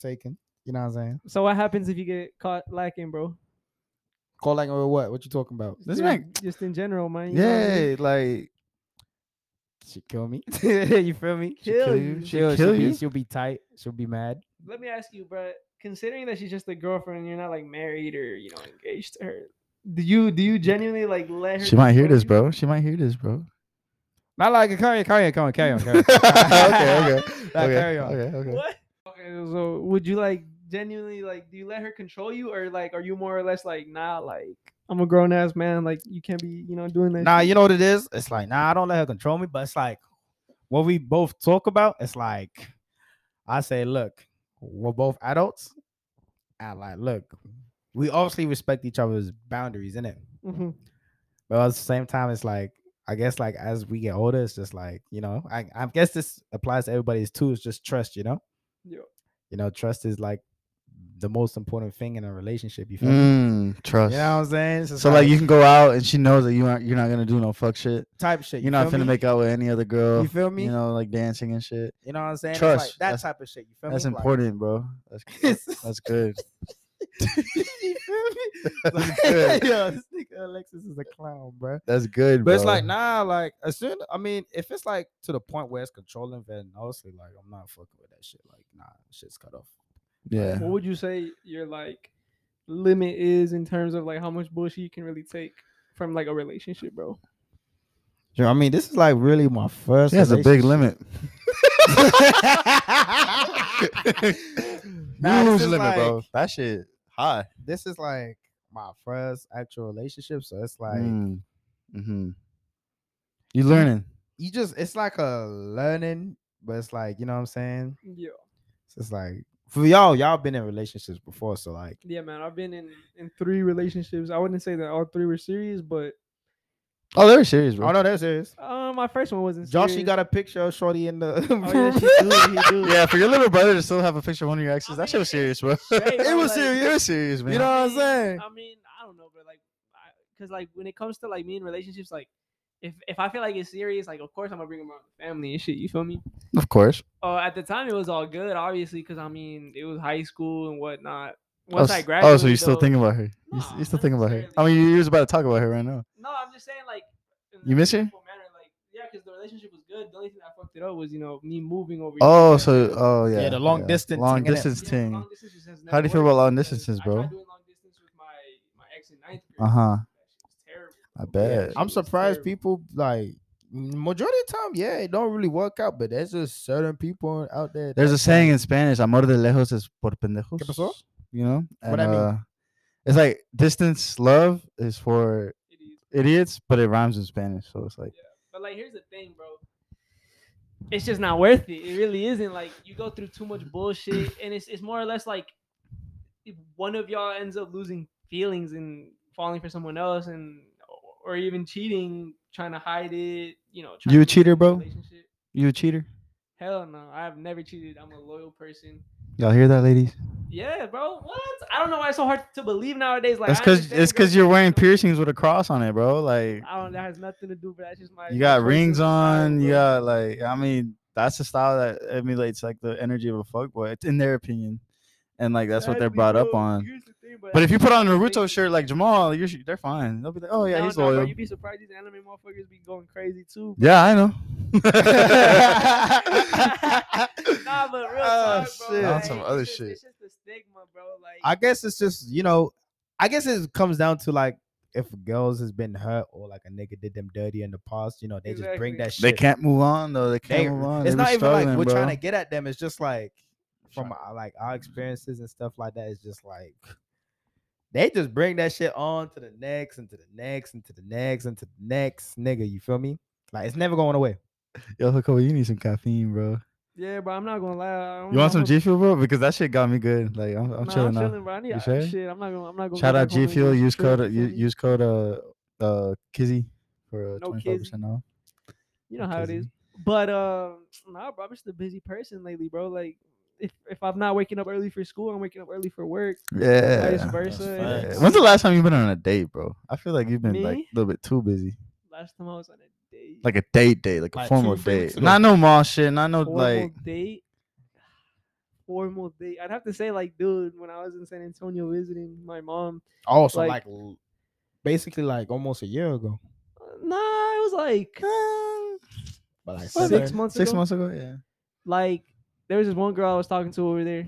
Taken. You know what I'm saying?
So what happens if you get caught lacking, bro?
Call like or what? What you talking about?
This
just,
man-
just in general, man. you know what I mean?
Yeah, like
She kill me. you feel me?
she
Kill
kill
you.
you. she kill
She'll, she'll, be,
you.
she'll be tight. She'll be mad.
Let me ask you, bro. Considering that she's just a girlfriend, and you're not like married or you know engaged to her. Do you do you genuinely like let her?
She might hear
control
this,
you?
bro. She might hear this, bro.
Not like carry on, carry on, carry on, carry on. Carry on.
okay, okay, okay,
Nah, carry on.
okay, okay.
What? Okay, so would you like genuinely like do you let her control you or like are you more or less like nah like I'm a grown ass man. Like you can't be, you know, doing that.
Nah,
shit.
you know what it is? It's like, nah, I don't let her control me, but it's like what we both talk about, it's like I say, look, we're both adults. I like, look, we obviously respect each other's boundaries, innit?
Mhm.
But at the same time, it's like I guess like as we get older, it's just like, you know, I, I guess this applies to everybody's too. It's just trust, you know?
Yeah.
You know, trust is like the most important thing in a relationship. You feel me?
Mm, trust.
You know what I'm saying? It's just
so like you can go out and she knows that you aren't you're not gonna do no fuck shit.
type shit.
You're not
feel
gonna
me?
make out with any other girl.
You feel me?
You know, like dancing and shit.
You know what I'm saying? It's
Trust.
like that
That's-
type of shit. You feel
That's
me? Like-
important, bro. That's that's good.
you feel me?
That's good.
Yo, this nigga Alexis is a clown, bro.
That's good,
But
bro.
it's like nah, like as soon I mean, if it's like to the point where it's controlling, then obviously like I'm not fucking with that shit. Like nah, shit's cut off.
yeah.
What would you say your like limit is in terms of like how much bullshit you can really take from like a relationship, bro?
You know what I mean, this is like really my first.
She has a big
relationship.
limit.
Nah, this
Huge
is
limit, bro.
like-
That shit high.
This is like my first actual relationship, so it's like
hmm You learning?
you just it's like a learning, but it's like you know what I'm saying.
Yeah,
So it's like for y'all, y'all been in relationships before, so like
yeah, man. I've been in in three relationships. I wouldn't say that all three were serious, but
Oh, they were serious, bro.
oh no, that's serious.
uh, my first one wasn't.
Josh,
serious.
got a picture of Shorty in the.
Oh, yeah, she do, he do.
yeah, for your little brother to still have a picture of one of your exes,
I
that shit was
mean,
serious, bro.
straight,
it
bro,
was
like-
serious. It was serious, man.
You know what I'm saying?
I mean, I don't know, but like, because like when it comes to like me in relationships, like if if I feel like it's serious, like of course I'm gonna bring them around the family and shit. You feel me?
of course.
Uh, at the time it was all good, obviously, because I mean it was high school and whatnot.
Oh,
Once
s-
I graduated,
oh, so you still
though-
thinking about her? You,
Nah,
s- you still
not
thinking about her? I
necessarily.
mean, you- you was about to talk about her right now.
No, I'm just saying like. in a
You miss her?
respectful Manner, like, yeah, because the relationship was good. The only thing that fucked it up was you know me moving over.
Oh,
here.
so oh yeah.
Yeah, the long distance
Long
thing, innit?
distance
Yeah, but
thing.
long distance just has
How do you
never
feel about
worked
long
because
distances,
I
bro?
tried doing long distance with my my ex in ninth grade.
Uh-huh.
That shit was terrible,
I
bro. That
bet.
shit
I'm
was
surprised
terrible.
people like majority of the time, yeah, it don't really work out, but there's just certain people out there.
There's
that
a saying in Spanish, "Amor de lejos es por pendejos."
¿Qué pasó?
You know, and,
What that mean?
uh, it's like distance love is for
It is.
idiots, but it rhymes in Spanish, so it's like
But like, here's the thing, bro. It's just not worth it. It really isn't. Like, you go through too much bullshit, and it's it's more or less like if one of y'all ends up losing feelings and falling for someone else, and or even cheating, trying to hide it. You know, trying
You
to
a
maintain
cheater,
the
bro?
Relationship.
you a cheater.
Hell no, I've never cheated. I'm a loyal person.
Y'all hear that, ladies?
Yeah, bro. What? I don't know why it's so hard to believe nowadays. Like,
That's
I
because
understand
it's because
girls
you're
cheat,
wearing
but-
piercings with a cross on it, bro. Like
I don't. That has nothing to do. But that's just my.
you
my
got
choice
rings
of style,
on, you
bro.
got like I mean that's the style that emulates like the energy of a fuckboy, It's in their opinion, and like that's what they're
Exactly,
brought up
bro.
on.
Here's the thing,
But if
that's
you put on a
the thing.
Naruto shirt like Jamal, you're, they're fine. They'll be like, oh yeah,
No,
he's
no, bro,
loyal.
You'd be surprised these anime motherfuckers be going crazy too.
Yeah, I know.
nah, but real
Oh,
talk, bro.
shit.
Like,
On
some other
it's just,
Ah, shit.
It's just the stigma, bro. Like,
I guess it's just you know, I guess it comes down to like if girls has been hurt or like a nigga did them dirty in the past, you know, they just bring
Exactly.
that shit.
They can't move on though. They can't
They-
move on.
it's
They be
not even like
struggling,
we're
bro.
trying to get at them. It's just like from
Try-
our, like our experiences and stuff like that. It's just like they just bring that shit on to the next and to the next and to the next and to the next nigga. You feel me? Like it's never going away.
Yo, Hakoa, you need some caffeine, bro.
yeah, bro. I'm not gonna lie. I don't
You want
know,
some G Fuel, bro? Because that shit got me good. Like I'm, I'm
nah,
chilling
I'm
now.
chilling, bro. I need
You
uh,
sure?
shit. I'm not gonna. I'm not gonna.
Shout
go
out
back home
G
and
Fuel.
get
Use
some shit,
code. uh,
you
u-
feel me?
Use code. Uh, uh, Kizzy for uh,
No
twenty five percent off.
You know how it
Kizzy.
is. But um, nah, bro. I'm just a busy person lately, bro. Like, if if I'm not waking up early for school, I'm waking up early for work.
Yeah.
Vice versa.
Yeah.
facts.
When's the last time you've been on a date, bro? I feel like you've been like
Me?
a little bit too busy.
Last time I was on a date.
Like a date date, like a
Like two,
formal
three weeks
date.
ago.
Not no mall shit, not no
formal
like
date. Formal date. I'd have to say, like, dude, when I was in San Antonio visiting my mom,
Also,
Like-
Oh, like, l- basically like almost a year ago,
uh, nah, it was like
but like
Six
seven-
Whatever.
months
Six
ago?
months ago, yeah.
like there was this one girl I was talking to over there,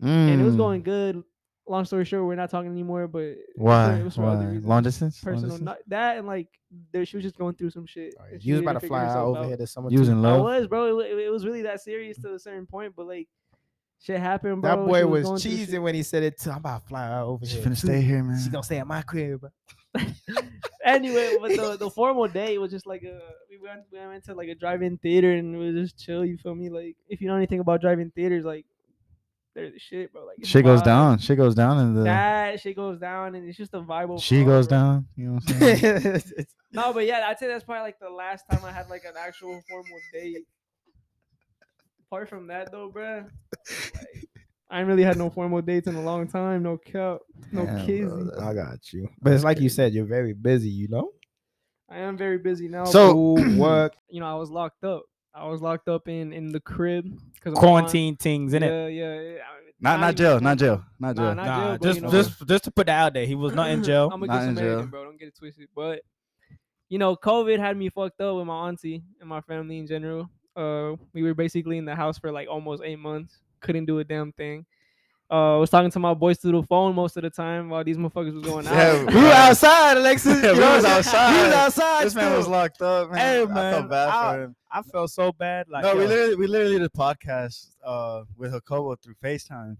and it was
Mm.
going good. Long story short, we're not talking anymore. But it was for-
Why?
It was for other
Why?
reasons.
Long distance? Long
personal,
distance?
not that, and like there, she was just going through some shit.
Oh, yeah.
and she
You was
needed
about to
figure
fly out
herself
over
out.
here this summer.
You was
too.
in
I
love.
was, bro. It, wa- it was really that serious to a certain point, but like shit happened, bro.
That
she
boy was
going through shit.
cheesing when he said it. Too. I'm about to fly out over
She
here.
finna
too.
stay here, man.
She gonna stay at my crib. Bro.
anyway, but the, the formal day was just like a we went we went to like a drive-in theater and we was just chill. You feel me? Like if you know anything about drive-in theaters, like there's the shit, bro. Like it's
Shit goes
vibes.
down. Shit goes down in the.
That shit goes down, and it's just a vibe.
She
overall,
goes
bro.
down. You know what I'm saying?
That's
No, but yeah, I'd say that's probably like the last time I had like an actual formal date. Apart from that, though, bruh, like, I ain't really had no formal dates in a long time. No cup, no
Damn, bro,
kids.
that-
I got you. But it's like you said, you're very busy, you know?
I am very busy now.
So-
School, work,
you know, I was locked up. I was locked up in in the crib because
quarantine things,
Yeah,
innit?
yeah, yeah. I-
Not not
even-
jail. Not jail. Not
Nah,
jail.
not-
Nah,
jail, but
just
you know-
just just to put that out there, he was not in jail.
I'm a
Not
good
in
Samaritan,
jail.
bro. Don't get it twisted. But you know, COVID had me fucked up with my auntie and my family in general. Uh, we were basically in the house for like almost eight months. Couldn't do a damn thing. Uh, I was talking to my boys through the phone most of the time while these motherfuckers was going out.
Yeah,
we were outside, Alexis.
Yeah, we
you know?
was
We was
outside.
outside.
This man
still.
was locked up, man.
Hey,
I
man,
felt bad
I-
for him.
I felt so bad. Like,
no, we
yo,
literally we literally did a podcast uh with Jacobo through FaceTime,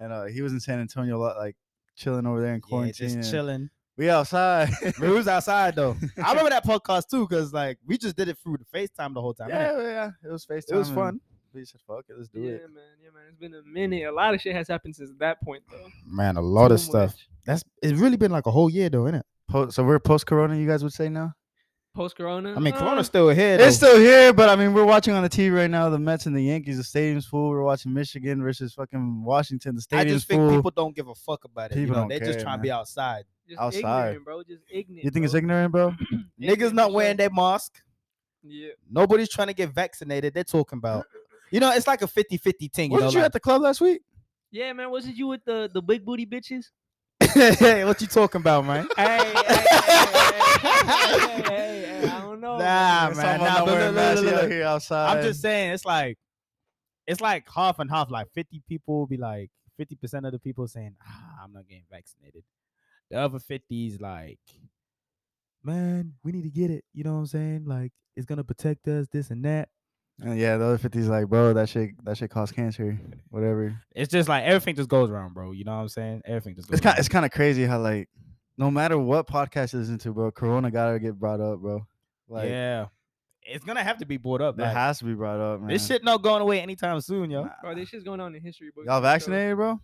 and uh, he was in San Antonio a lot, like chilling over there in
yeah,
quarantine. and
just chilling.
We outside.
we was outside though. I remember that podcast too, cause like we just did it through the FaceTime the whole time. innit?
yeah, yeah, it was FaceTime.
it was
and
fun.
We said, "Fuck it, let's do
yeah,
it."
man. Yeah, man. It's been a minute. A lot of shit has happened since that point, though.
Man, a lot
Too
of stuff.
much.
That's it's really been like a whole year though, innit?
Po- so we're post Corona, you guys would say now?
Post Corona.
I mean,
Uh,
Corona's still here.
It's
though.
still here, but I mean, we're watching on the TV right now. The Mets and the Yankees. The stadium's full. We're watching Michigan versus fucking Washington. The
I
stadium's
just think
full.
people don't give a fuck about it.
People
you know,
don't
they just
care,
trying to be outside.
just
outside.
ignorant, bro. Just ignorant.
you think it's
bro.
ignorant, bro?
Niggas not wearing
that.
their mask.
Yeah.
Nobody's trying to get vaccinated. They're talking about. You know, it's like a 50-50 thing.
Wasn't
You know,
you
like-
at the club last week?
Yeah, man. Wasn't you with the the big booty bitches?
hey, what you talking about, man?
hey, hey, hey, hey, hey, hey, hey, I don't know.
Nah,
Someone
man.
not
Nah, but
wearing
look, look,
masks,
look,
y'all
look.
here outside.
I'm just saying, it's like, it's like half and half. Like 50 people will be like, 50% of the people saying, ah, I'm not getting vaccinated. The other 50 is like, man, we need to get it. You know what I'm saying? Like, it's gonna protect us, this and that.
Uh, yeah, the other 50's like, bro, that shit that shit cause cancer. Whatever.
It's just like everything just goes around, bro. You know what I'm saying? Everything just goes.
It's kind
round.
it's kind of crazy how like no matter what podcast you listen to, bro, Corona gotta get brought up, bro. Like
yeah, it's gonna have to be brought up.
that
Like,
has to be brought up, man.
this shit not going away anytime soon, yo.
Nah.
Bro, this shit's going on in history books.
Y'all
for sure.
vaccinated, bro?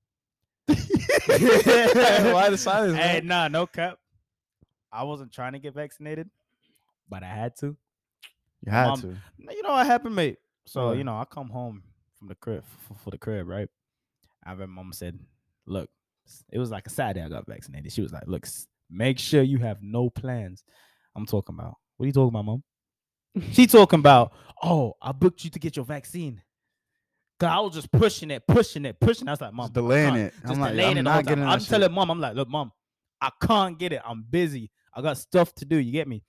Why
the silence,
Hey,
man?
nah, no cap. I wasn't trying to get vaccinated, but I had to.
You had
Mom-
to.
Now, You know what happened, mate? So
What?
you know, I come home from the crib for, for the crib, right? I remember mom said, "Look, s- it was like a Saturday I got vaccinated." She was like, "Look, s- make sure you have no plans." I'm talking about. What are you talking about, mom? she talking about. Oh, I booked you to get your vaccine. Cause I was just pushing it, pushing it, pushing. I was like, "Mom,
Just
I
delaying
can't."
it.
just
I'm like,
delaying it
I'm
the
not
whole time.
getting
I'm
that shit.
telling mom, I'm like, look, mom, I can't get it. I'm busy. I got stuff to do. You get me?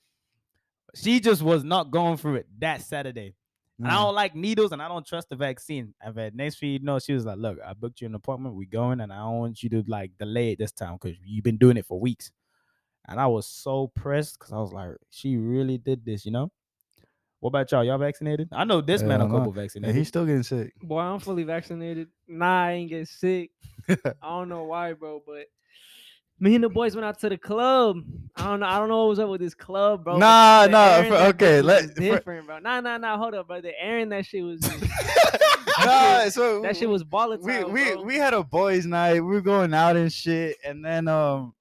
She just was not going through it that Saturday. And I
Mm.
don't like needles and I don't trust the vaccine. And the next thing you know, she was like, Look, I booked you an appointment. we going and I don't want you to like delay it this time because you've been doing it for weeks. And I was so pressed because I was like, She really did this, you know? What about y'all? Y'all vaccinated? I know this man a
Hell no.
couple
Yeah,
vaccinated.
he's still getting sick.
Boy, I'm fully vaccinated. Nah, I ain't get sick. I don't know why, bro, but me and the boys went out to the club. I don't know. I don't know what was up with this club, bro. but
Nah,
the
nah,
air in
for-
that bitch
okay,
was
let- for-
different, bro. Nah, nah, nah. Hold up, bro. The air in that shit was
nah, so
that shit was volatile.
we we
bro.
we had a boys' night. We were going out and shit, and then um,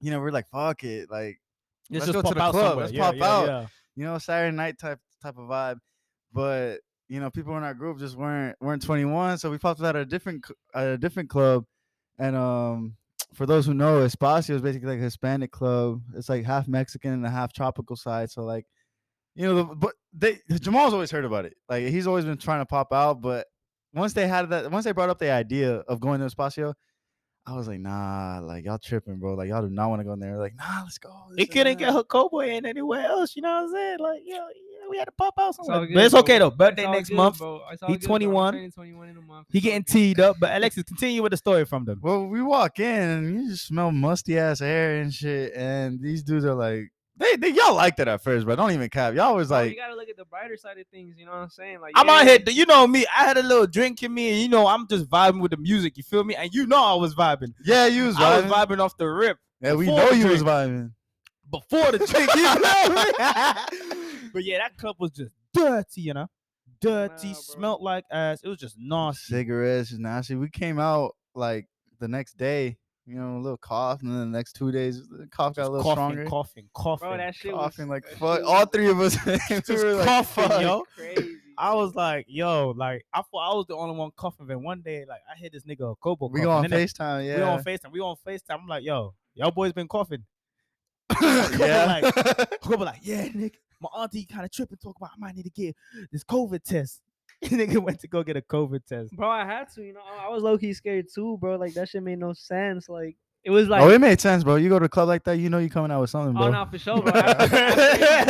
you know, we're like, fuck it, like
Let's
let's go to
pop
the
out
club,
somewhere.
let's
Yeah,
pop
yeah,
out.
yeah.
you know, Saturday night type type of vibe. But you know, people in our group just weren't weren't 21, so we popped out at a different cl- at a different club. And um, for those who know, Espacio is basically like a Hispanic club. It's like half Mexican and a half tropical side. So like, you know, the, but they Jamal's always heard about it. Like he's always been trying to pop out, but once they had that, once they brought up the idea of going to Espacio. I was like, nah, like y'all tripping, bro. Like y'all do not want to go in there. Like, nah, let's go.
He
this and
couldn't
that."
get her cowboy in anywhere else. You know what I'm saying? Like, yo, yeah, we had to pop out
It's all
somewhere.
good,
but it's
bro.
okay though. Birthday
It's all
next
good,
month.
bro. It's all
He
good, bro. I'm
21.
turning 21 in a month.
He
It's all
getting
good.
teed up. But Alexis, continue with the story from them.
Well, we walk in and you just smell musty ass air and shit, and these dudes are like, They, they y'all liked it at first, but don't even cap. Y'all was
Oh,
like,
you gotta look at the brighter side of things. You know what I'm saying? Like
I'm out
yeah,
here, you know me. I had a little drink in me, and you know I'm just vibing with the music. You feel me? And you know I was vibing.
yeah, you was
I was
vibing.
vibing off the rip
yeah, we
before
know
the
you was
drink.
vibing.
before the drink. You know me? but yeah, that club was just dirty, you know, dirty,
Nah, bro.
smelt like ass. It was just nasty.
Cigarettes is nasty. We came out like the next day, you know, a little cough, and then the next two days, the cough got a
Just
little stronger.
coughing, coughing, coughing.
Bro, that shit
coughing
was,
like
that
fuck.
shit
All
was
three of us we
Just
were like,
coughing,
fuck.
yo.
Crazy.
I
bro.
was like, yo, like I thought I was the only one coughing. And one day, like I hit this nigga a Kobo.
We
coughing,
go on
and then
Facetime,
We
yeah,
on Facetime. We on Facetime. I'm like, yo, y'all boys been coughing.
yeah.
like, Kobo like, yeah, nigga. My auntie kind of tripping, talking about I might need to get this COVID test. nigga went to go get a COVID test.
bro, I had to. You know, I I was low key scared too, bro. Like that shit made no sense. Like it was like,
oh, it made sense, bro. You go to a club like that, you know you coming out with something, bro.
oh no, for sure, bro. I- I-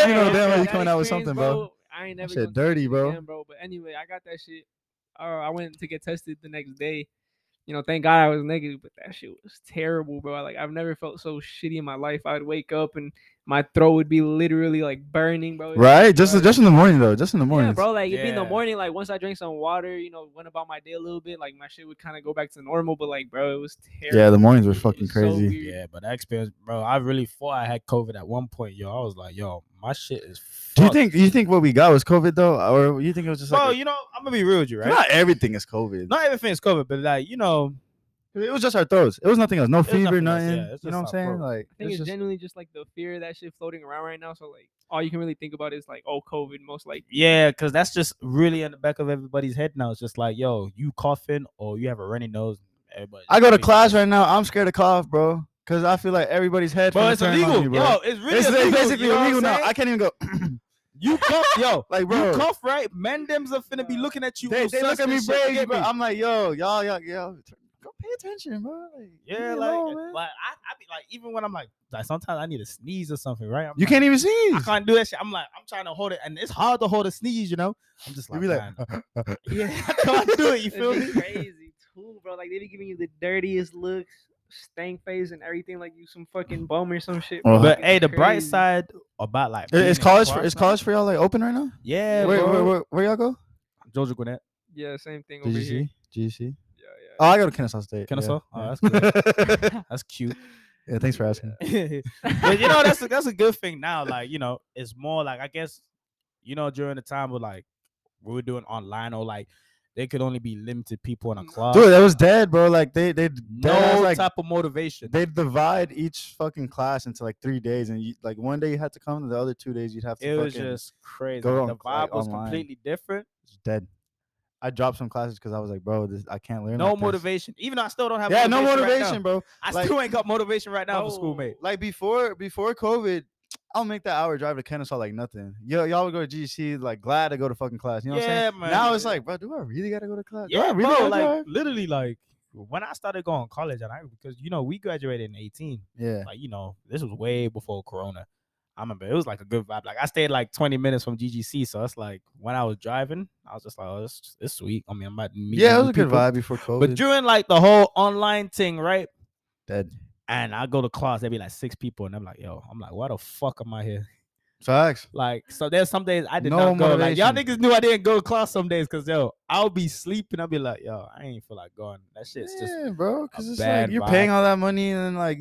You know
yeah,
damn well you
that
coming out with
experience,
something, bro.
I ain't
That
never
shit
gonna do
dirty,
shit
bro.
again, bro. But anyway, I got that shit. Or I went to get tested the next day. You know, thank God I was negative, but that shit was terrible, bro. Like I've never felt so shitty in my life. I'd wake up and my throat would be literally like burning, bro. It was
Right? Just
gross.
just in the morning though. Just in the morning.
Yeah, bro. Like it'd be in the
Yeah.
morning. Like once I drank some water, you know, went about my day a little bit. Like my shit would kind of go back to normal. But like, bro, it was terrible.
Yeah, the mornings were
It
fucking
was so
crazy.
weird.
Yeah, but that experience, bro, I really thought I had COVID at one point, yo. I was like, yo, my shit is.
Do you
fucked.
think you think what we got was COVID though, or you think it was just
bro?
like a-
you know, I'm gonna be real with you, right?
not everything is COVID?
Not everything's COVID, but like, you know,
It was just our throats. It was nothing else. No
was
fever,
nothing else,
nothing.
yeah, it's
you know what I'm
just
saying?
our throat.
Like
I think
it's
it's
just-
genuinely just like the fear of that shit floating around right now. So like, all you can really think about is like, oh, COVID, most likely.
yeah, because that's just really in the back of everybody's head now. It's just like, yo, you coughing or you have a runny nose. Everybody,
I go to
everybody's
class
just-
right now. I'm scared to cough, bro, because I feel like everybody's head.
Bro,
finna
it's
turn on
illegal.
you, bro.
yo, it's really
it's
illegal.
basically
you know what I'm
illegal now.
saying?
I can't even go.
You cuff, yo,
Like,
like
bro.
you cuff right. Man, them's are finna be looking at you.
they
oh,
they look
sus
at me
and shit,
crazy,
get
bro.
me.
I'm like, yo, y'all, y'all, y'all, turn- go pay attention, bro. Like, leave
yeah,
me
like,
alone, man.
like I, I be like, even when I'm like, like sometimes I need to sneeze or something, right? I'm
you
like,
can't even see.
I can't do that shit. I'm like, I'm trying to hold it, and it's hard to hold a sneeze, you know. I'm just
You
like,
be like,
man, yeah, I can't do it. You
It'd
feel
be
me?
crazy too, bro. Like they be giving you the dirtiest looks, stank face, and everything. Like you some fucking bum or some shit. bro.
Uh-huh.
But
Like,
hey,
it's
the bright
crazy.
side about like
It-
being
it's
in
college. For,
class
it's
now-
college for y'all like open right now.
Yeah,
where,
bro.
where, where, where y'all go?
Georgia Gwinnett.
Yeah, same thing
Did
over
you
here.
see? Did you see?
Yeah,
Oh, I go to Kennesaw State.
Kennesaw?
Yeah.
Oh,
yeah.
that's good. That's cute.
yeah, thanks for asking.
but
yeah.
you know, that's a, that's a good thing now. Like you know, it's more like I guess you know during the time where like we were doing online or like they could only be limited people in a
Dude,
club.
Dude, that was dead, bro. Like they they
no
like
type of motivation.
they divide each fucking class into like three days, and you, like one day you had to come, the other two days you'd have to.
it was
fucking-
just crazy.
go
Like,
on,
the
like,
vibe was
online.
completely different.
it's dead. I dropped some classes because I was like, bro, this I can't learn.
No
like this.
motivation. Even though I still don't have
Yeah, no
motivation right now.
motivation, bro.
I
Like-
still ain't got motivation right now for schoolmate.
Like before before COVID, I'll make that hour drive to Kennesaw like nothing. Yo, y'all would go to GC like glad to go to fucking class. You know what I'm
Yeah,
saying?
man.
Now it's like, bro, do I really gotta go to class? do I
Yeah,
really
bro.
gotta
Like
drive?
literally, like when I started going to college, and I because you know we graduated in eighteen.
yeah.
Like you know this was way before Corona. I remember it was like a good vibe. Like I stayed like twenty minutes from GGC, so that's like when I was driving, I was just like, oh, it's, it's sweet. I mean, I'm about to meet.
Yeah, it
new
was a good
people.
vibe before COVID.
But during like the whole online thing, right?
dead.
And I go to class, there'd be like six people, and I'm like, yo, I'm like, why the fuck am I here?
Facts.
Like, so there's some days I did
No
not go. Like, y'all
motivation.
niggas knew I didn't go to class some days because yo, I'll be sleeping. I'll be like, yo, I ain't feel like going. That shit's
yeah,
just.
bro, because it's
bad
like you're
vibe.
paying all that money and then like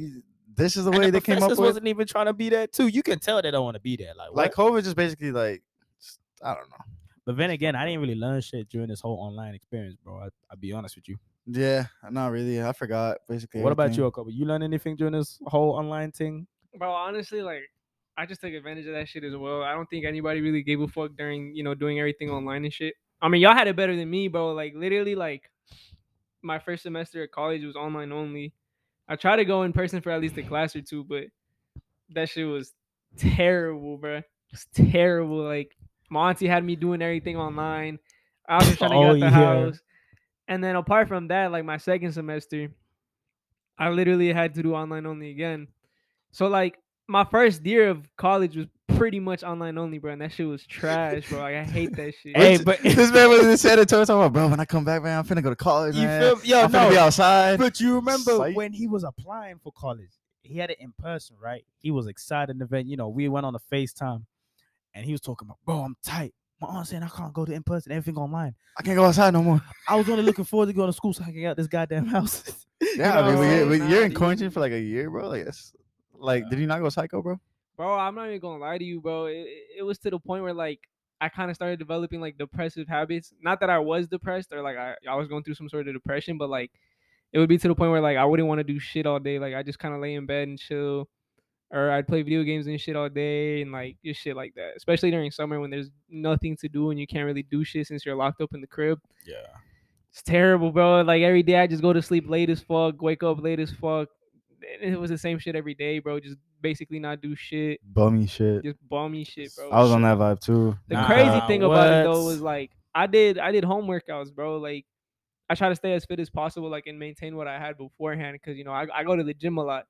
this is the way
and the
they came up
professors
with.
wasn't even trying to be there too. You can tell they don't want to be there. Like,
like
like,
COVID just basically like s- I don't know.
but then again, I didn't really learn shit during this whole online experience, bro. I, I'll be honest with you.
Yeah, not really. I forgot basically.
What about you,
everything.
Okobo? You learn anything during this whole online thing?
bro honestly like i just took advantage of that shit as well i don't think anybody really gave a fuck during you know doing everything online and shit i mean y'all had it better than me bro like literally like my first semester at college was online only i tried to go in person for at least a class or two but that shit was terrible bro it was terrible like my auntie had me doing everything online i was just trying to get
Oh,
out the
yeah.
house and then apart from that like my second semester i literally had to do online only again so like my first year of college was pretty much online only, bro, and that shit was trash, bro. Like, I hate that shit.
Hey,
What's-
but-
this man was in San Antonio talking about, bro. When I come back, man, I'm finna go to college.
You
man.
feel me? Yo,
I'm finna be
no.
outside.
But you remember
Psych.
when he was applying for college? he had it in person, right? He was excited in the event. You know, we went on the FaceTime and he was talking about, bro, I'm tight. My aunt saying I can't go to in person, everything online.
I can't go outside no more.
I was only looking forward to going to school so I can get out this goddamn house.
Yeah, I
know
mean,
what I'm
we,
saying?
we,
Nah,
you're in
dude.
quarantine for like a year, bro. Like that's like, did you not go psycho, bro?
bro. I'm not even gonna lie to you, bro. It, it- it was to the point where like I kind of started developing like depressive habits. Not that I was depressed or like I, I was going through some sort of depression, but like it would be to the point where like I wouldn't want to do shit all day. Like I just kind of lay in bed and chill, or I'd play video games and shit all day and like just shit like that. Especially during summer when there's nothing to do and you can't really do shit since you're locked up in the crib.
Yeah.
It's terrible, bro. Like every day I just go to sleep late as fuck, wake up late as fuck. It was the same shit every day, bro. Just basically not do shit
Bummy shit.
just bummy shit, bro.
I was on that vibe too. uh,
the
Nah,
crazy thing about it though
what?
was like I did I did home workouts, bro. Like I try to stay as fit as possible, like and maintain what I had beforehand, because you know I, I go to the gym a lot.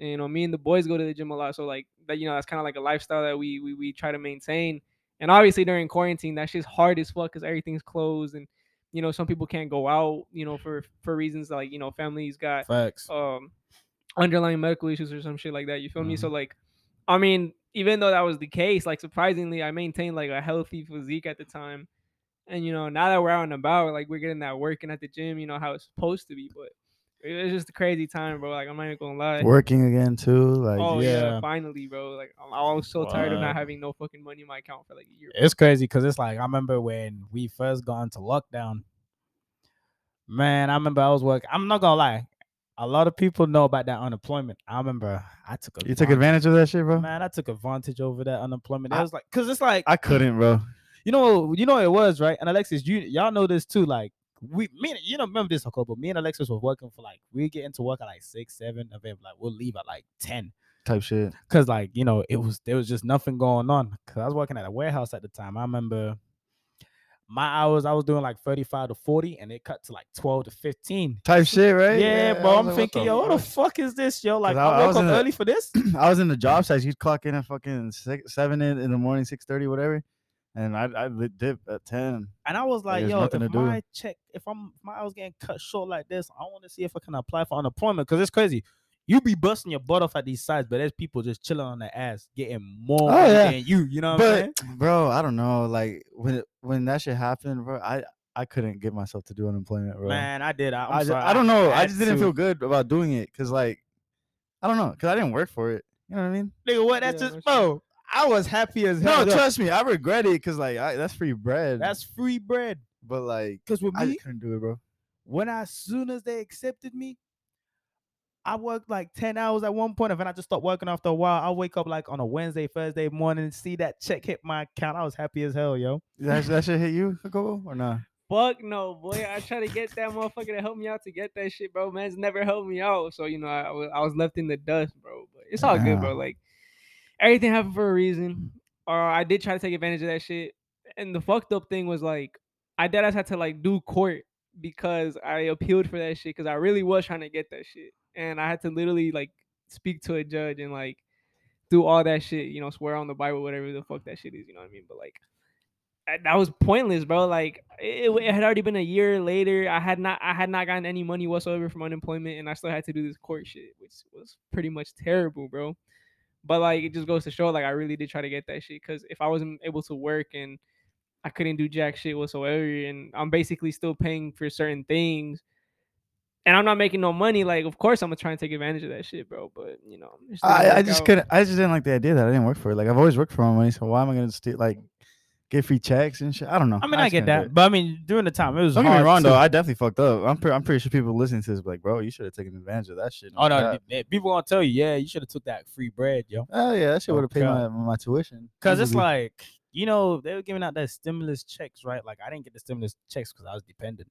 And, you know, me and the boys go to the gym a lot, so like that, you know, that's kind of like a lifestyle that we we we try to maintain. And obviously during quarantine, that shit's hard as fuck because everything's closed, and you know some people can't go out, you know, for for reasons like you know families got
Facts.
um underlying medical issues or some shit like that. You feel me? So like, I mean, even though that was the case, like surprisingly, I maintained like a healthy physique at the time. And you know, now that we're out and about, like we're getting that working at the gym, you know how it's supposed to be. But it was just a crazy time, bro. Like I'm not even gonna lie.
Working again too. Like,
Oh
yeah.
yeah.
Yeah.
finally, bro. Like I'm- I was so tired of
Wow.
not having no fucking money in my account for like a year.
It's crazy because it's like I remember when we first got into lockdown. Man, I remember I was working. I'm not gonna lie, a lot of people know about that unemployment. I remember I took
You took advantage of that shit, bro.
Man, I took advantage over that unemployment. It
I-
was like, cause it's like
I couldn't, bro.
you know, you know what it was right. And Alexis, you y'all know this too. Like we, me, and, you know, remember this, Hoko, but me and Alexis were working for like we get into work at like six, seven, and then like we'll leave at like ten,
Type shit.
cause like you know it was there was just nothing going on. Cause I was working at a warehouse at the time. I remember my hours I was doing like thirty five to forty, and it cut to like twelve to fifteen.
Type shit, right?
Yeah, bro.
I was like,
I'm
what
thinking, yo, what the
fuck?
fuck is this, yo? Like,
I-
I,
I
woke
was
up
in a-
early for this.
I was in the job sites. You'd clock in at fucking six, seven in, in the morning, six thirty, whatever. And I I lit dip at ten.
And I was like,
there's
yo, if
nothing to do.
my check, if I'm if my hours getting cut short like this, I want to see if I can apply for unemployment because it's crazy. You be busting your butt off at these sites, but there's people just chilling on their ass, getting more
Oh,
money
yeah.
than you. You know what I'm saying?
But bro, I don't know. Like when it- when that shit happened, bro, I I couldn't get myself to do unemployment, bro.
Man, I did. I, I'm
I, ju-
sorry,
I don't know. I,
had
just didn't
to.
feel good about doing it because, like, I don't know, because I didn't work for it. You know what I mean?
Nigga, what? That's
Yeah,
just
no shit.
bro. I was happy as
No,
hell. yo.
trust me, I regret it because, like, I, that's free bread.
that's free bread.
but like,
Cause with
I
me,
just couldn't do it, bro.
when I, as soon as they accepted me, I worked like 10 hours at one point, and then I just stopped working after a while. I wake up like on a Wednesday, Thursday morning, see that check hit my account. I was happy as hell, yo.
That, sh- that should hit you, Jacobo, or not?
Fuck no, boy. I try to get that motherfucker to help me out to get that shit, bro. Man's never helped me out. So, you know, I, I was- I was left in the dust, bro. But it's all good, bro. Like, everything happened for a reason. Or I did try to take advantage of that shit. And the fucked up thing was, like, I deadass had to, like, do court because I appealed for that shit because I really was trying to get that shit. And I had to literally, like, speak to a judge and, like, do all that shit, you know, swear on the Bible, whatever the fuck that shit is, you know what I mean? But, like, I- that was pointless, bro. Like it, it had already been a year later. I had not I had not gotten any money whatsoever from unemployment, and I still had to do this court shit, which was pretty much terrible, bro. But like it just goes to show, like I really did try to get that shit because if I wasn't able to work and I couldn't do jack shit whatsoever, and I'm basically still paying for certain things, and I'm not making no money, like of course I'm gonna try and take advantage of that shit, bro. But you know, it didn't
I, I
work
just
out.
couldn't. I just didn't like the idea that I didn't work for it. Like, I've always worked for my money, so why am I gonna steal, like get free checks and shit? I don't know.
I mean, I,
just
get
couldn't do
that,
it.
but I mean, during the time, it was
Don't get
hard
me wrong
too.
though. I definitely fucked up. I'm pretty. I'm pretty sure people listening to this, be like, bro, you should have taken advantage of that shit.
oh no,
cap."
th- th- people gonna tell you, yeah, you should have took that free bread, yo,
Oh yeah, that shit
Oh,
would have paid my,
God.
my tuition.
because it's
easily.
like you know they were giving out that stimulus checks, right? Like I didn't get the stimulus checks because I was dependent,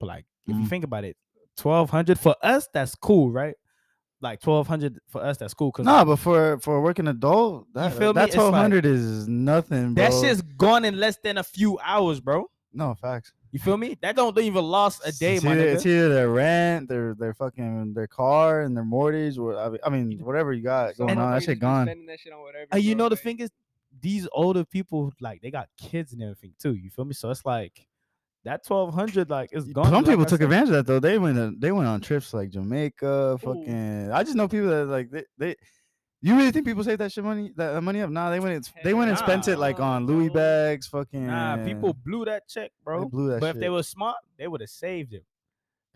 but like if you
Mm.
think about it, twelve hundred for us, that's cool, right? Like twelve hundred for us, that's cool. Cause
no,
like,
but for for a working adult, that
feel me?
that
It's like-
twelve hundred is nothing, bro.
that shit's gone in less than a few hours, bro.
no facts.
You feel me? That don't, don't even last a day,
it's
my
either,
nigga.
it's either their rent, their their fucking their car, and their mortgage. Or I mean- I mean, whatever you got
So
going
motherfuckers
on, that
just be
shit gone.
spending that shit on whatever,
And you
bro,
know the
like-
thing is, these older people like they got kids and everything too. You feel me? So it's like that twelve hundred like is gone.
Some
Like
people
I
took
said,
advantage of that though. They went on, they went on trips like Jamaica, fucking. I just know people that like they, they you really think people save that shit money that uh, money up? Nah, they went and, s- they went and spent it like
Hell
on
no,
Louis
bro.
bags, fucking.
Nah, people blew that check,
they
bro.
blew that
but
shit.
if they were smart, they would have saved it.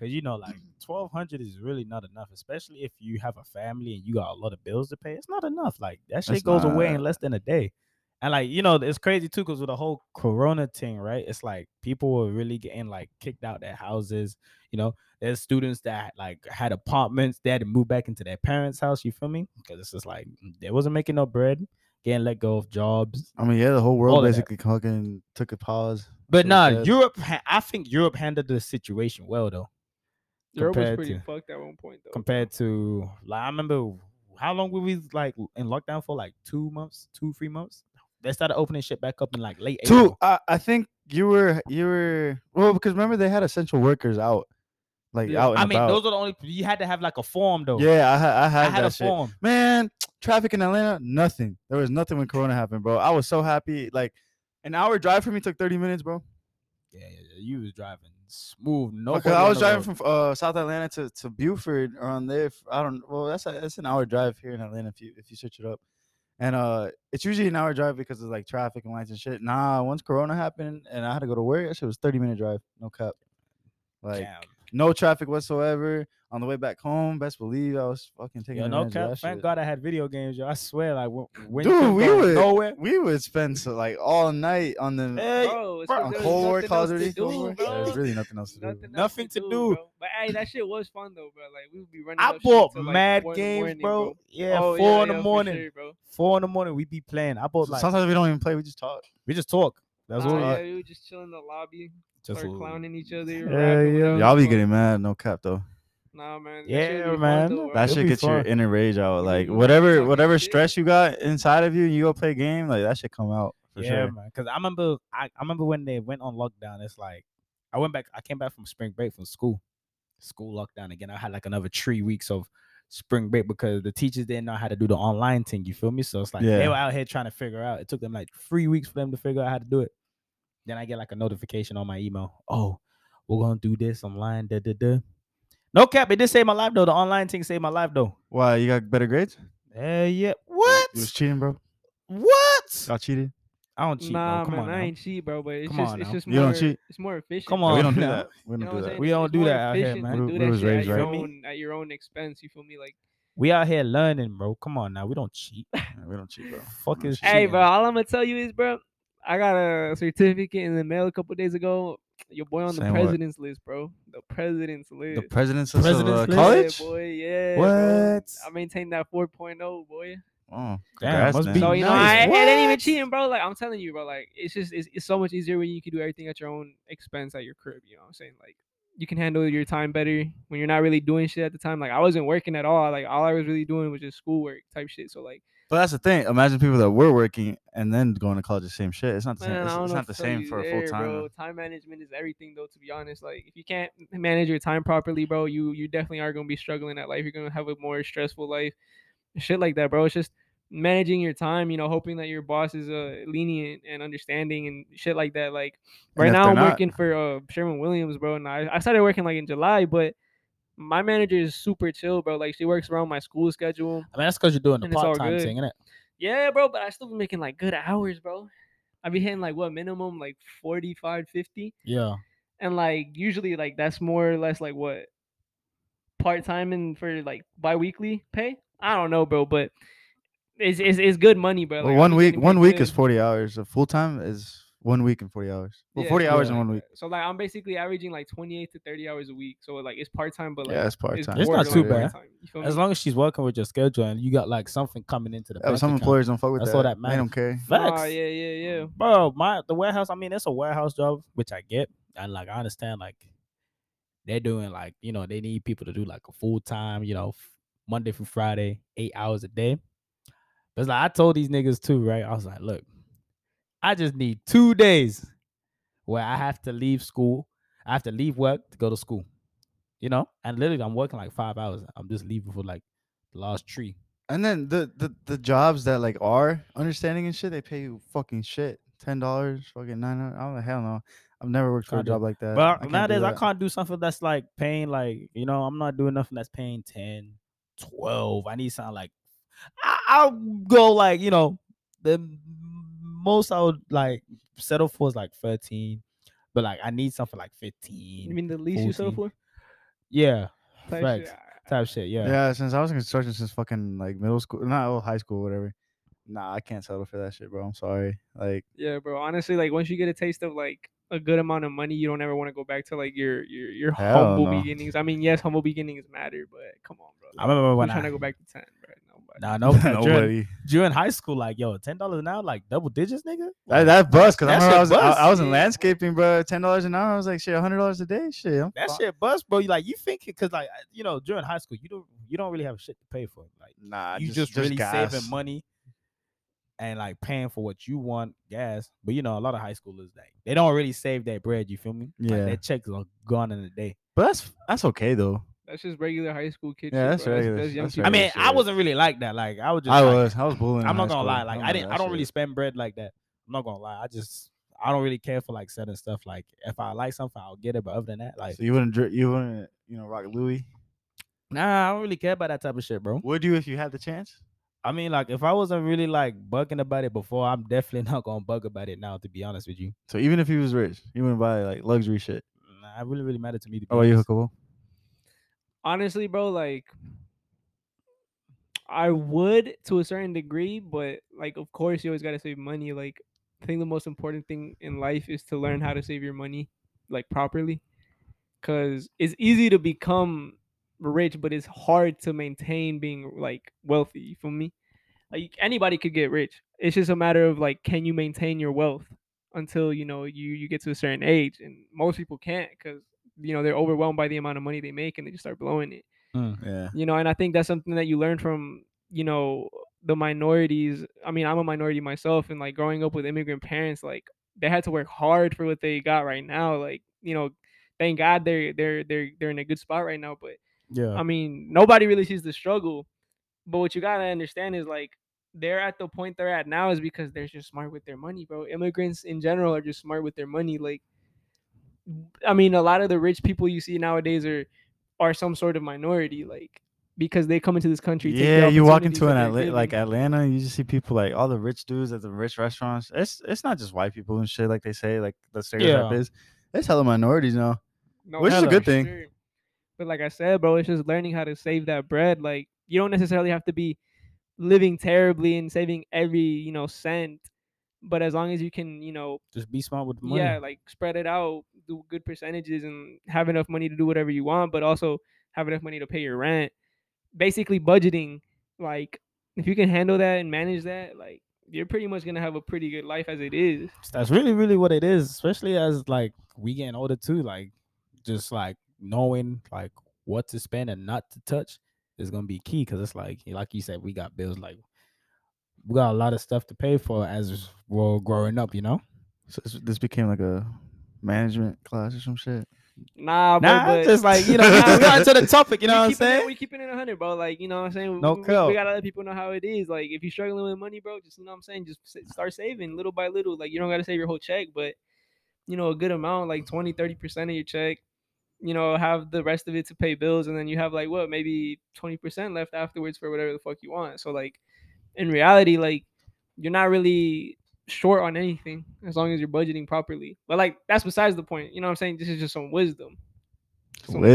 Cause you know, like
Mm.
twelve hundred is really not enough, especially if you have a family and you got a lot of bills to pay. It's not enough. Like that shit
It's
goes away
not.
in less than a day. And like you know, it's crazy too, cause with the whole Corona thing, right? It's like people were really getting like kicked out their houses. You know, there's students that like had apartments, they had to move back into their parents' house. You feel me? Cause it's just like mm, they wasn't making no bread, getting let go of jobs.
I mean, yeah, the whle
all
world
of that.
basically fucking took a pause.
But
So
nah,
sad.
Europe. ha- I think Europe handled the situation well though,
Europe was
compared
pretty
to-
fucked at one point though.
compared to like I remember how long were we like in lockdown for? Like two months, two three months. They started opening shit back up in like late
Two,
April.
I, I think you were you were well because remember they had essential workers out, like
Yeah.
out. And
I mean,
about.
those are the only you had to have like a form though.
Yeah, I, ha- I
I
had,
had
that
a
shit.
form.
man, traffic in Atlanta, nothing. There was nothing when Corona happened, bro. I was so happy. Like an hour drive from me took 30 minutes, bro.
Yeah, yeah, yeah, you was driving smooth. No,
Because I was driving from uh, South Atlanta to, to Buford around there. f- I don't. Well, that's a, that's an hour drive here in Atlanta if you if you search it up. And uh, it's usually an hour drive because of like traffic and lights and shit. Nah, once Corona happened and I had to go to work, that shit was 30 minute drive, no cap. Like no traffic whatsoever. On the way back home, best believe I was fucking taking
Yo, no
advantage of
cap.
that
Thank
shit.
God I had video games, yo. I swear, like when, when
Dude,
couldn't
we
go
were-
nowhere.
we would spend so, like all night on the
Hey,
Bro, it's
bro,
'cause
on
there was
Cold War,
nothing
Call of
else to
Duty, Cold
do,
War.
bro.
Yeah, there's really nothing else to do.
Nothing,
bro.
else
Nothing to do.
bro. But hey, that shit was fun though, bro. Like we would be running.
I
up shit
bought
till, like,
mad
one
games,
morning,
bro. Yeah,
Oh,
four in the
yeah, for
morning.
sure, bro.
Four in the morning, we be playing. I bought like
Sometimes we don't even play; we just talk.
we just talk. That's
Nah,
what. we-
I-
Oh, yeah, we would just chill in the lobby,
just
start
what-
clowning each other.
Yeah,
rapping,
yeah.
whatever
Y'all
the
be
fuck.
getting mad, no cap though.
Nah, man. that shit
Yeah,
be fun,
man.
though, bro.
That
It'll
should
be
get your
fun.
inner rage out.
Mhm.
Like
Talking
whatever, whatever
shit.
stress you got inside of you, you go play a game. Like that should come out for
yeah,
sure.
man. Because I remember, I, I remember when they went on lockdown. It's like I went back. I came back from spring break from school. School lockdown again. I had like another three weeks of spring break because the teachers didn't know how to do the online thing. You feel me? So it's like they
Yeah.
were out here trying to figure out. It took them like three weeks for them to figure out how to do it. Then I get like a notification on my email. Oh, we're gonna do this online. Da da da. No cap. It did save my life though. The online thing saved my life though.
Why you got better grades? You-
Uh, yeah. What?
You was cheating, bro.
What?
Y'all cheated.
I don't cheat. bro.
nah,
Come
man,
on,
I
now.
ain't cheat, bro. But it's
Come
just,
on
it's
now.
just
You don't
more,
cheat?
It's more efficient.
Come
bro.
Yeah, we
on
don't do
now.
that. We
You
don't
know what
do that.
We don't do
I'm saying? It's just more
that out here,
efficient
man.
to
We-
do
we
that
was
shit
raised
at your
right.
own, at your own expense. You feel me? Like,
We out here learning, bro. Come on now. We don't cheat.
Yeah, we don't cheat, bro.
Fuck
We don't
is-
cheat.
hey,
Cheating.
bro. All I'm gonna tell you is, bro. I got a certificate in the mail a couple days ago. Your boy on the
Saying what?
president's list, bro. The president's list.
The president's of
President's
uh,
list?
Yeah,
college.
boy. Yeah. bro.
What?
I maintained that 4.0, boy.
Oh,
Damn,
congrats,
must
man.
be
So you know,
nice.
I, it ain't even
What?
cheating, bro. Like I'm telling you, bro. Like it's just it's, it's so much easier when you can do everything at your own expense at your crib. You know what I'm saying? Like you can handle your time better when you're not really doing shit at the time. Like I wasn't working at all. Like all I was really doing was just schoolwork type shit. So like,
But that's the thing. Imagine people that were working and then going to college. The same shit. It's not the same.
man, I
it's
don't
it's
know
not
if
the
I tell
same
you
for a full
there,
time.
Bro, time management is everything, though. To be honest, like if you can't manage your time properly, bro, you you definitely are gonna be struggling at life. You're gonna have a more stressful life, shit like that, bro. It's just managing your time. You know, hoping that your boss is uh, lenient and understanding and shit like that. Like
And
right
if
now,
they're
I'm
not-
working for uh, Sherman Williams, bro, and I, I started working like in July, but my manager is super chill, bro. Like she works around my school schedule.
I mean, that's because you're doing the
And it's all
part time
good.
thing, innit?
Yeah, bro, but I still be making like good hours, bro. I be hitting like what minimum like 45, 50.
Yeah.
And like usually like that's more or less like what part time and for like bi weekly pay. I don't know, bro, but it's it's, it's good money, bro.
Well,
Like, I
one
be
week,
getting
one
paid
week is
good.
forty hours. A full time is one week and forty hours. Well,
Yeah,
forty hours
yeah.
in one week.
So like I'm basically averaging like 28 to 30 hours a week. So like it's part time, but like
yeah, it's part
it's
time.
It's not too
borderline
bad.
part-time, you feel
As
me?
long as she's working with your schedule and you got like something coming into the
Yeah, but
bank
some
account.
employers don't fuck with
That's
that.
all that
They
matters.
don't care.
Facts.
Nah, yeah, yeah, yeah.
Bro, my the warehouse, I mean, it's a warehouse job, which I get. And like I understand like they're doing like, you know, they need people to do like a full time, you know, f- Monday through Friday, eight hours a day. But it's like I told these niggas too, right? I was like, look, I just need two days where I have to leave school. I have to leave work to go to school. You know? And literally I'm working like five hours. I'm just leaving for like the last tree.
And then the, the the jobs that like are understanding and shit, they pay you fucking shit. Ten dollars, fucking nine hundred. I don't know, hell no. I've never worked for a
Kinda.
job like that.
But
can't do
nowadays, I
that.
can't do something that's like paying, like, you know, I'm not doing nothing that's paying 10, 12. I need something like, I, I'll go like, you know, the most I would like settle for is like 13, but like I need something like 15.
You mean the least you settle for?
14. yeah,
Type
Facts.
shit.
type shit. Yeah.
Yeah, since I was in construction since fucking like middle school, not well, high school, whatever. Nah, I can't settle for that shit, bro. I'm sorry. Like,
Yeah, bro. Honestly, like once you get a taste of like a good amount of money, you don't ever want to go back to like your your your
Hell
humble
no.
beginnings. I mean, yes, humble beginnings matter, but come on, bro.
I remember
I'm
when
trying
I
to go back to ten, bro. Nobody.
Nah, no, during, during high school, like yo, ten dollars an hour, like double digits, nigga.
That,
Like,
that bus, cause I
That
remember
shit
I was, I,
bust.
I was in
Yeah.
landscaping, bro. Ten dollars an hour. I was like, shit, hundred dollars a day, shit. I'm
that
fine.
shit bust, bro. You like you thinking because like I- you know during high school you don't you don't really have shit to pay for. Like
Nah,
you just, really
gas.
saving money and like paying for what you want, gas. But you know a lot of high schoolers like they don't really save that bread. You feel me? Like,
Yeah.
their checks are gone in a day.
But that's that's okay though.
That's just regular high school kid.
Yeah, that's
shit, bro.
regular-
young
that's
people
regular
I mean,
shit.
shit.
I wasn't really like that. Like I was just
I
like,
was I was bullying.
I'm
in
not
high
gonna
school.
lie. Like I
remember
didn't.
that
I don't really
shit.
spend bread like that. I'm not gonna lie. I just I don't really care for like certain stuff. Like if I like something, I'll get it. But other than that, like
So you wouldn't dri- you wouldn't you know rock Louis?
nah, I don't really care about that type of shit, bro.
Would you if you had the chance?
I mean, like if I wasn't really like bugging about it before, I'm definitely not gonna bug about it now. To be honest with you,
So even if he was rich, you wouldn't buy like luxury shit.
nah, it really really matter to me. To be
Oh, you
honest.
hookable?
honestly, bro, like I would to a certain degree, but like of course you always gotta save money. Like I think the most important thing in life is to learn how to save your money like properly. Cause it's easy to become rich, but it's hard to maintain being like wealthy. You feel me? Like anybody could get rich. It's just a matter of like, can you maintain your wealth until you know you you get to a certain age? And most people can't because you know they're overwhelmed by the amount of money they make and they just start blowing it
Mm.
Yeah.
you know and i think that's something that you learn from you know the minorities i mean i'm a minority myself and like growing up with immigrant parents like they had to work hard for what they got right now like you know thank god they're they're they're they're in a good spot right now but
Yeah,
i mean nobody really sees the struggle but what you got to understand is like they're at the point they're at now is because they're just smart with their money bro immigrants in general are just smart with their money like I mean, a lot of the rich people you see nowadays are are some sort of minority, like because they come into this country. take the
Yeah, you walk into an
opportunities that they're
Atla- like
given.
Atlanta, and you just see people like all the rich dudes at the rich restaurants. It's it's not just white people and shit like they say like the stereotype
Yeah.
is. It's hella minorities now.
No,
which
is a
for
good thing.
sure. But like I said, bro, it's just learning how to save that bread. Like you don't necessarily have to be living terribly and saving every you know cent, but as long as you can, you know,
just be smart with the money.
yeah, like spread it out, do good percentages, and have enough money to do whatever you want, but also have enough money to pay your rent. Basically, budgeting, like if you can handle that and manage that, like you're pretty much gonna have a pretty good life as it is.
That's really really what it is. Especially as like we getting older too. Like just like knowing like what to spend and not to touch is gonna be key. Cause it's like like you said, we got bills. Like we got a lot of stuff to pay for as we're growing up. You know.
So this, this became like a management class or some shit.
Nah, bro,
Nah,
but
just like you know, nah, we got into the topic. You
we
know what I'm
keeping it-
saying?
we keeping it 100, bro. Like, you know what I'm saying?
No
we, we-
cap.
we gotta let people know how it is. Like, if you're struggling with money, bro, just, you know what I'm saying? Just s- start saving little by little. Like, you don't gotta save your whole check, but, you know, a good amount, like 20, 30% of your check, you know, have the rest of it to pay bills. And then you have, like, what, maybe 20% left afterwards for whatever the fuck you want. So, like, in reality, like, you're not really short on anything as long as you're budgeting properly. But, like, that's besides the point. You know what I'm saying? This is just some wisdom. Some
What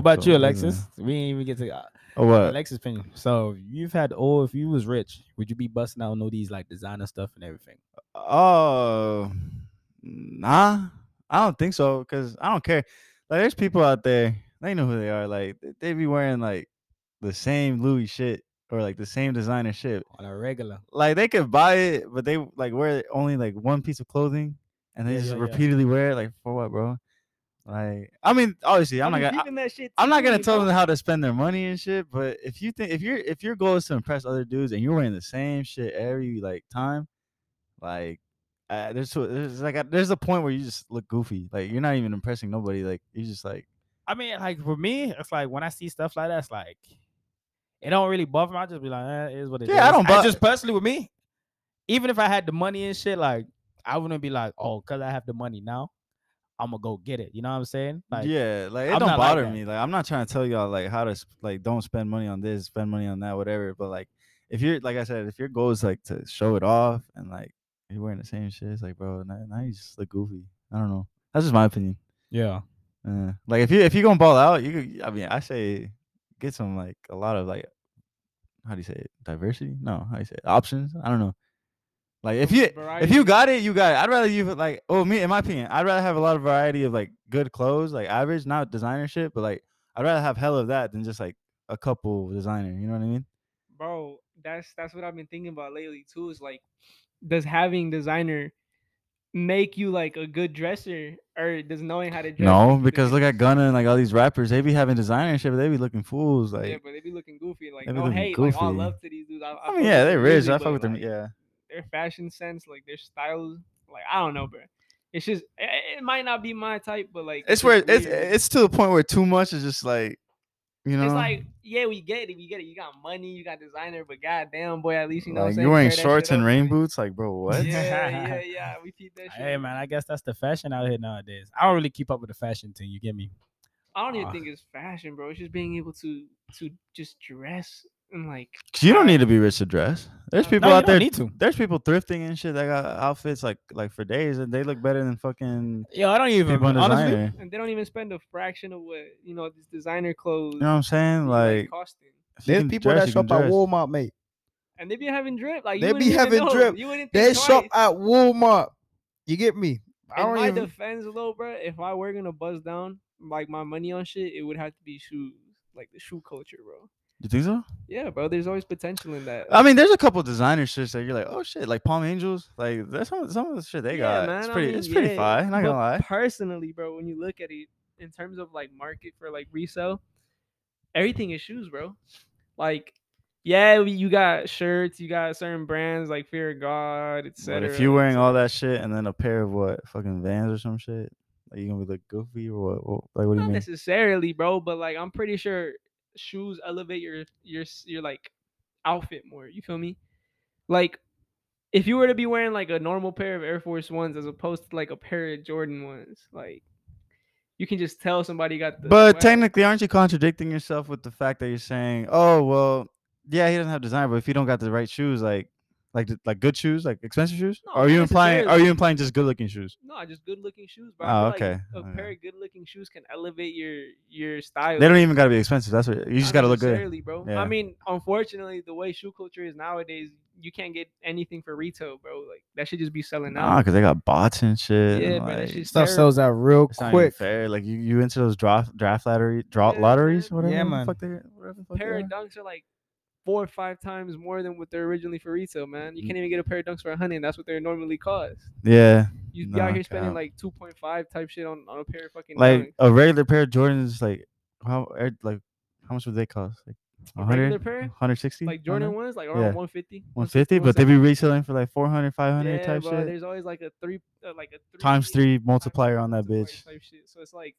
about
So
you,
wisdom.
Alexis? We ain't even get to uh,
Oh what?
Alexis' opinion. So you've had oh, if you was rich, would you be busting out on all these like designer stuff and everything?
Oh, nah, I don't think so. Cause I don't care. Like, there's people out there. They know who they are. Like, th- they be wearing like the same Louis shit or like the same designer shit.
On a regular.
Like, they could buy it, but they like wear only like one piece of clothing, and they
Yeah,
just
yeah, yeah.
repeatedly wear it. Like, for what, bro? Like, I mean, obviously, I'm not
I be
gonna. I-
keeping that shit
I'm not gonna
secret,
tell
bro.
them how to spend their money and shit, but if you think if your if your goal is to impress other dudes and you're wearing the same shit every like time, like uh, there's so- there's like a, there's a point where you just look goofy, like you're not even impressing nobody, like you just like
I mean, like for me, it's like when I see stuff like that, it's like it don't really bother me. I just be like, eh, it is what it is.
Yeah, I don't bu-
just personally with me, even if I had the money and shit, like I wouldn't be like, oh, cause I have the money now, I'm gonna go get it. You know what I'm saying? Like,
yeah, like it
I'm
don't
not like
bother
that.
me. Like I'm not trying to tell y'all like how to sp- like don't spend money on this, spend money on that, whatever. But like if you're like I said, if your goal is like to show it off and like you're wearing the same shit, it's like bro, now, now you just look goofy. I don't know. That's just my opinion.
yeah,
Uh, like if you if you gonna ball out, you could- I mean I say get some like a lot of like how do you say it diversity? No, how do you say it? options? I don't know. Like if you if you got it, you got it. I'd rather you like oh me in my opinion, I'd rather have a lot of variety of like good clothes, like average, not designer shit, but like I'd rather have hell of that than just like a couple designer. You know what I mean?
bro that's that's what i've been thinking about lately too is like does having designer make you like a good dresser or does knowing how to dress
No,
make you a
because
good
look at
dresser?
Gunna and like all these rappers, they be having designer shit, but they be looking fools. Like
yeah uh, but they be looking goofy like
they be
no
looking
hate like all
goofy.
love to these dudes i, I
I
fuck
mean, yeah,
with
they're
them
rich.
usually,
I fuck
but,
with them.
like,
Yeah,
their fashion sense like their styles like i don't know bro it's just i- i- it might not be my type but like
it's
just
where it's
weird.
it's to the point where too much is just like you know.
it's like yeah we get it we get it you got money you got designer but goddamn boy at least you know what I'm
like
saying?
you're wearing
Pair that shit
shorts and
up,
rain
like-
boots, like bro, what?
Yeah, yeah, yeah. We keep that shit.
Hey
up.
man, I guess that's the fashion out here nowadays. I don't really keep up with the fashion thing. You get me?
I don't even
Ah.
think it's fashion, bro. It's just being able to to just dress and like
'Cause you don't need to be rich to dress. There's
No,
people
no, you
out there.
don't need to.
There's people thrifting and shit that got outfits like like for days, and they look better than fucking
Yo, I don't even.
people in
Honestly,
designer.
and they don't even spend a fraction of what you know these designer clothes
You know what I'm saying?
be,
Like,
costing.
if you
There's
can
people
dress,
that
you can
shop at
dress.
Walmart, mate.
And they be having drip. Like you
They
wouldn't
be
even
having
know.
drip.
You wouldn't
They
think
shop
twice.
at Walmart. You get me? I
In
don't
my
even.
defense, though, bro, if I were gonna buzz down like my money on shit, it would have to be shoes, like the shoe culture, bro.
You think so?
Yeah, bro. There's always potential in that.
I mean, there's a couple designer shits that you're like, oh shit, like Palm Angels. Like that's some some of the shit they
Yeah,
got. it's
man, I
pretty.
mean,
it's pretty
yeah,
fine. Not
but
gonna lie.
Personally, bro, when you look at it in terms of like market for like resale, everything is shoes, bro. Like, yeah, we- you got shirts, you got certain brands like Fear of God,
But
etc.
if you're wearing all that shit and then a pair of what fucking Vans or some shit, like you gonna be like goofy or what? what like what do you
not
mean?
necessarily, bro, but like I'm pretty sure shoes elevate your your s- your like outfit more. You feel me? Like. If you were to be wearing like a normal pair of Air Force Ones as opposed to like a pair of Jordan ones, like you can just tell somebody got the
But
swag.
technically, aren't you contradicting yourself with the fact that you're saying, "Oh, well, yeah, he doesn't have design, but if you don't got the right shoes, like, like, the- like good shoes, like expensive shoes,
No,
Or are
not
you implying? Are
necessarily.
you implying just good-looking shoes?
No, just good looking shoes, bro.
Oh,
I feel
okay,
Like a
okay.
pair of good looking shoes can elevate your your style.
They don't even gotta be expensive. That's what you just
Not
gotta look good.
necessarily, bro.
Yeah.
I mean, unfortunately, the way shoe culture is nowadays, you can't get anything for retail, bro. Like that should just be selling
Nah,
out.
because they got bots and shit.
Yeah,
and,
bro, that
like,
shit's
stuff
terrible.
sells out real
It's not even
quick.
fair. Like you, you into those draft draft lottery draw
Yeah,
lotteries,
man.
whatever.
Yeah,
the
man.
Fuck they, whatever the fuck they
pair
are.
of dunks are like four or five times more than what they're originally for retail, man.
Mm.
You can't even get a pair of dunks for a hundred. That's what they're normally cost.
yeah,
You'd be out
Nah,
here spending
cap.
like two point five type shit on, on a pair of fucking
like
dunks.
a regular pair of Jordans, like how er, like how much would they cost? Like
A regular
100,
pair?
160?
Like Jordan ones, like around
Yeah.
150,
150, but they be reselling for like 400, 500
yeah,
type
bro,
shit.
There's always like a three, uh, like a three
Times three multiplier
three
on that
multiplier
bitch.
Type shit. So it's like,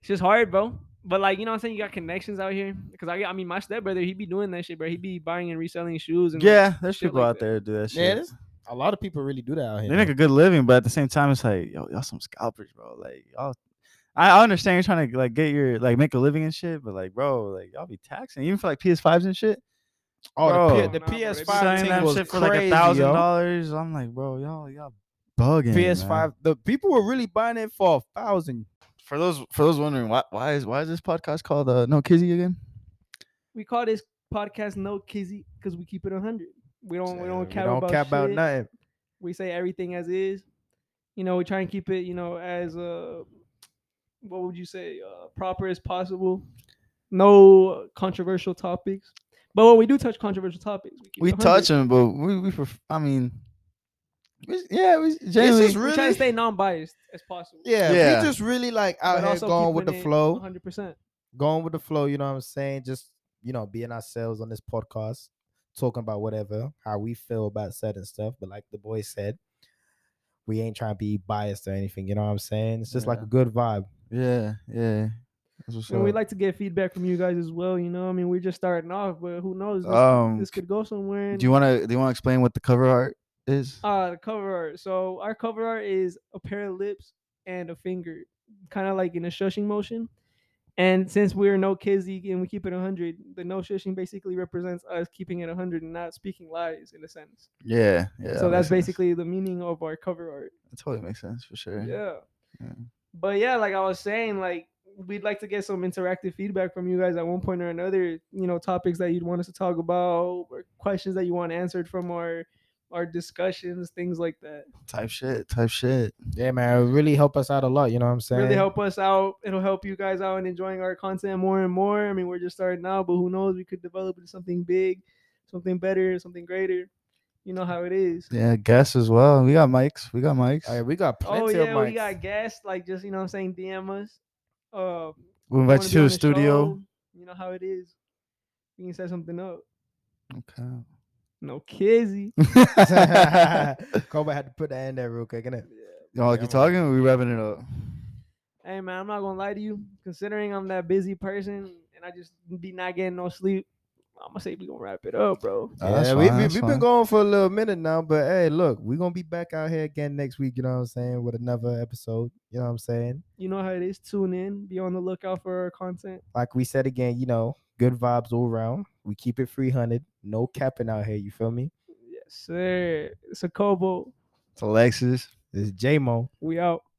it's just hard, bro. But like, you know what I'm saying? You got connections out here. Cause I, I mean, my stepbrother, he be doing that shit, bro. He be buying and reselling shoes. And like,
Yeah, there's
shit
people
like
out
that.
there that do that
Yeah,
shit.
there's a lot of people really do that out here.
they make a good living, but at the same time, it's like yo, y'all some scalpers, bro. Like y'all, I I understand you're trying to like get your like make a living and shit, but like bro, like y'all be taxing even for like PS5s and shit.
oh,
Bro.
the, P-
Nah, bro,
the
they be
PS5
selling
thing
that
was
shit for like
crazy,
a thousand
yo.
dollars. I'm like, bro, y'all y'all bugging.
PS5.
man.
The people were really buying it for a thousand.
For those for those wondering why why is why is this podcast called uh, No Kizzy again?
We call this podcast No Kizzy because we keep it 100. We don't, we don't
Yeah,
cap
we don't
about
cap about
shit.
nothing.
We say everything as is. You know, we try and keep it, you know, as uh, what would you say, uh, proper as possible. No controversial topics. But when we do touch controversial topics, we, keep
We
it 100.
touch him, but we we pref- I mean, we, yeah, we
This
genuinely.
is
We're trying
really
to stay non-biased as possible.
yeah,
Yeah.
We just really like out here going with the flow,
Hundred percent.
going with the flow. You know what I'm saying? Just you know, being ourselves on this podcast, talking about whatever how we feel about certain stuff. But like the boy said, we ain't trying to be biased or anything. You know what I'm saying? It's just like
Yeah.
a good vibe.
yeah, yeah. That's what's
and we
up.
like to get feedback from you guys as well. You know, I mean, we're just starting off, but who knows? This,
um,
this could go somewhere. and-
do you want to do you want to explain what the cover art is?
uh the cover art? So our cover art is a pair of lips and a finger, kind of like in a shushing motion. And since we're no kids and we keep it 100, the no shushing basically represents us keeping it 100 and not speaking lies in a sense.
Yeah, yeah. that
so that's
makes sense.
basically the meaning of our cover art.
That totally makes sense for sure.
Yeah.
Yeah.
But yeah, like I was saying, like we'd like to get some interactive feedback from you guys at one point or another. You know, topics that you'd want us to talk about, or questions that you want answered from our our discussions, things like that.
Type shit, type shit.
Yeah, man, it really help us out a lot. You know what I'm saying?
Really help us out. It'll help you guys out in enjoying our content more and more. I mean, we're just starting out, but who knows? We could develop into something big, something better, something greater. You know how it is.
Yeah, guests as well. We got mics. We got mics.
All right, we got
Oh
plenty of
yeah,
mics.
we got guests. Like just you know, what I'm saying DM us. Uh,
we
wanna
invite you
be
to
on
the studio.
show, You know how it is. We can set something up.
Okay.
No kizzy.
Kobe had to put that in there real quick, innit?
Y'all
Yeah,
keep
I'm-
talking. or We wrapping it up.
Hey man, I'm not gonna lie to you. Considering I'm that busy person and I just be not getting no sleep, I'm gonna say we gonna wrap it up, bro.
Oh, that's
yeah, we,
fine,
we,
that's
we've
fine.
been going for a little minute now, but hey, look, we're going to be back out here again next week, you know what I'm saying, with another episode, you know what I'm saying?
You know how it is. Tune in. Be on the lookout for our content.
Like we said again, you know, good vibes all around. We keep it 300, no capping out here, you feel me?
Yes, sir. It's a Kobo.
It's Alexis.
This is J-Mo.
We out.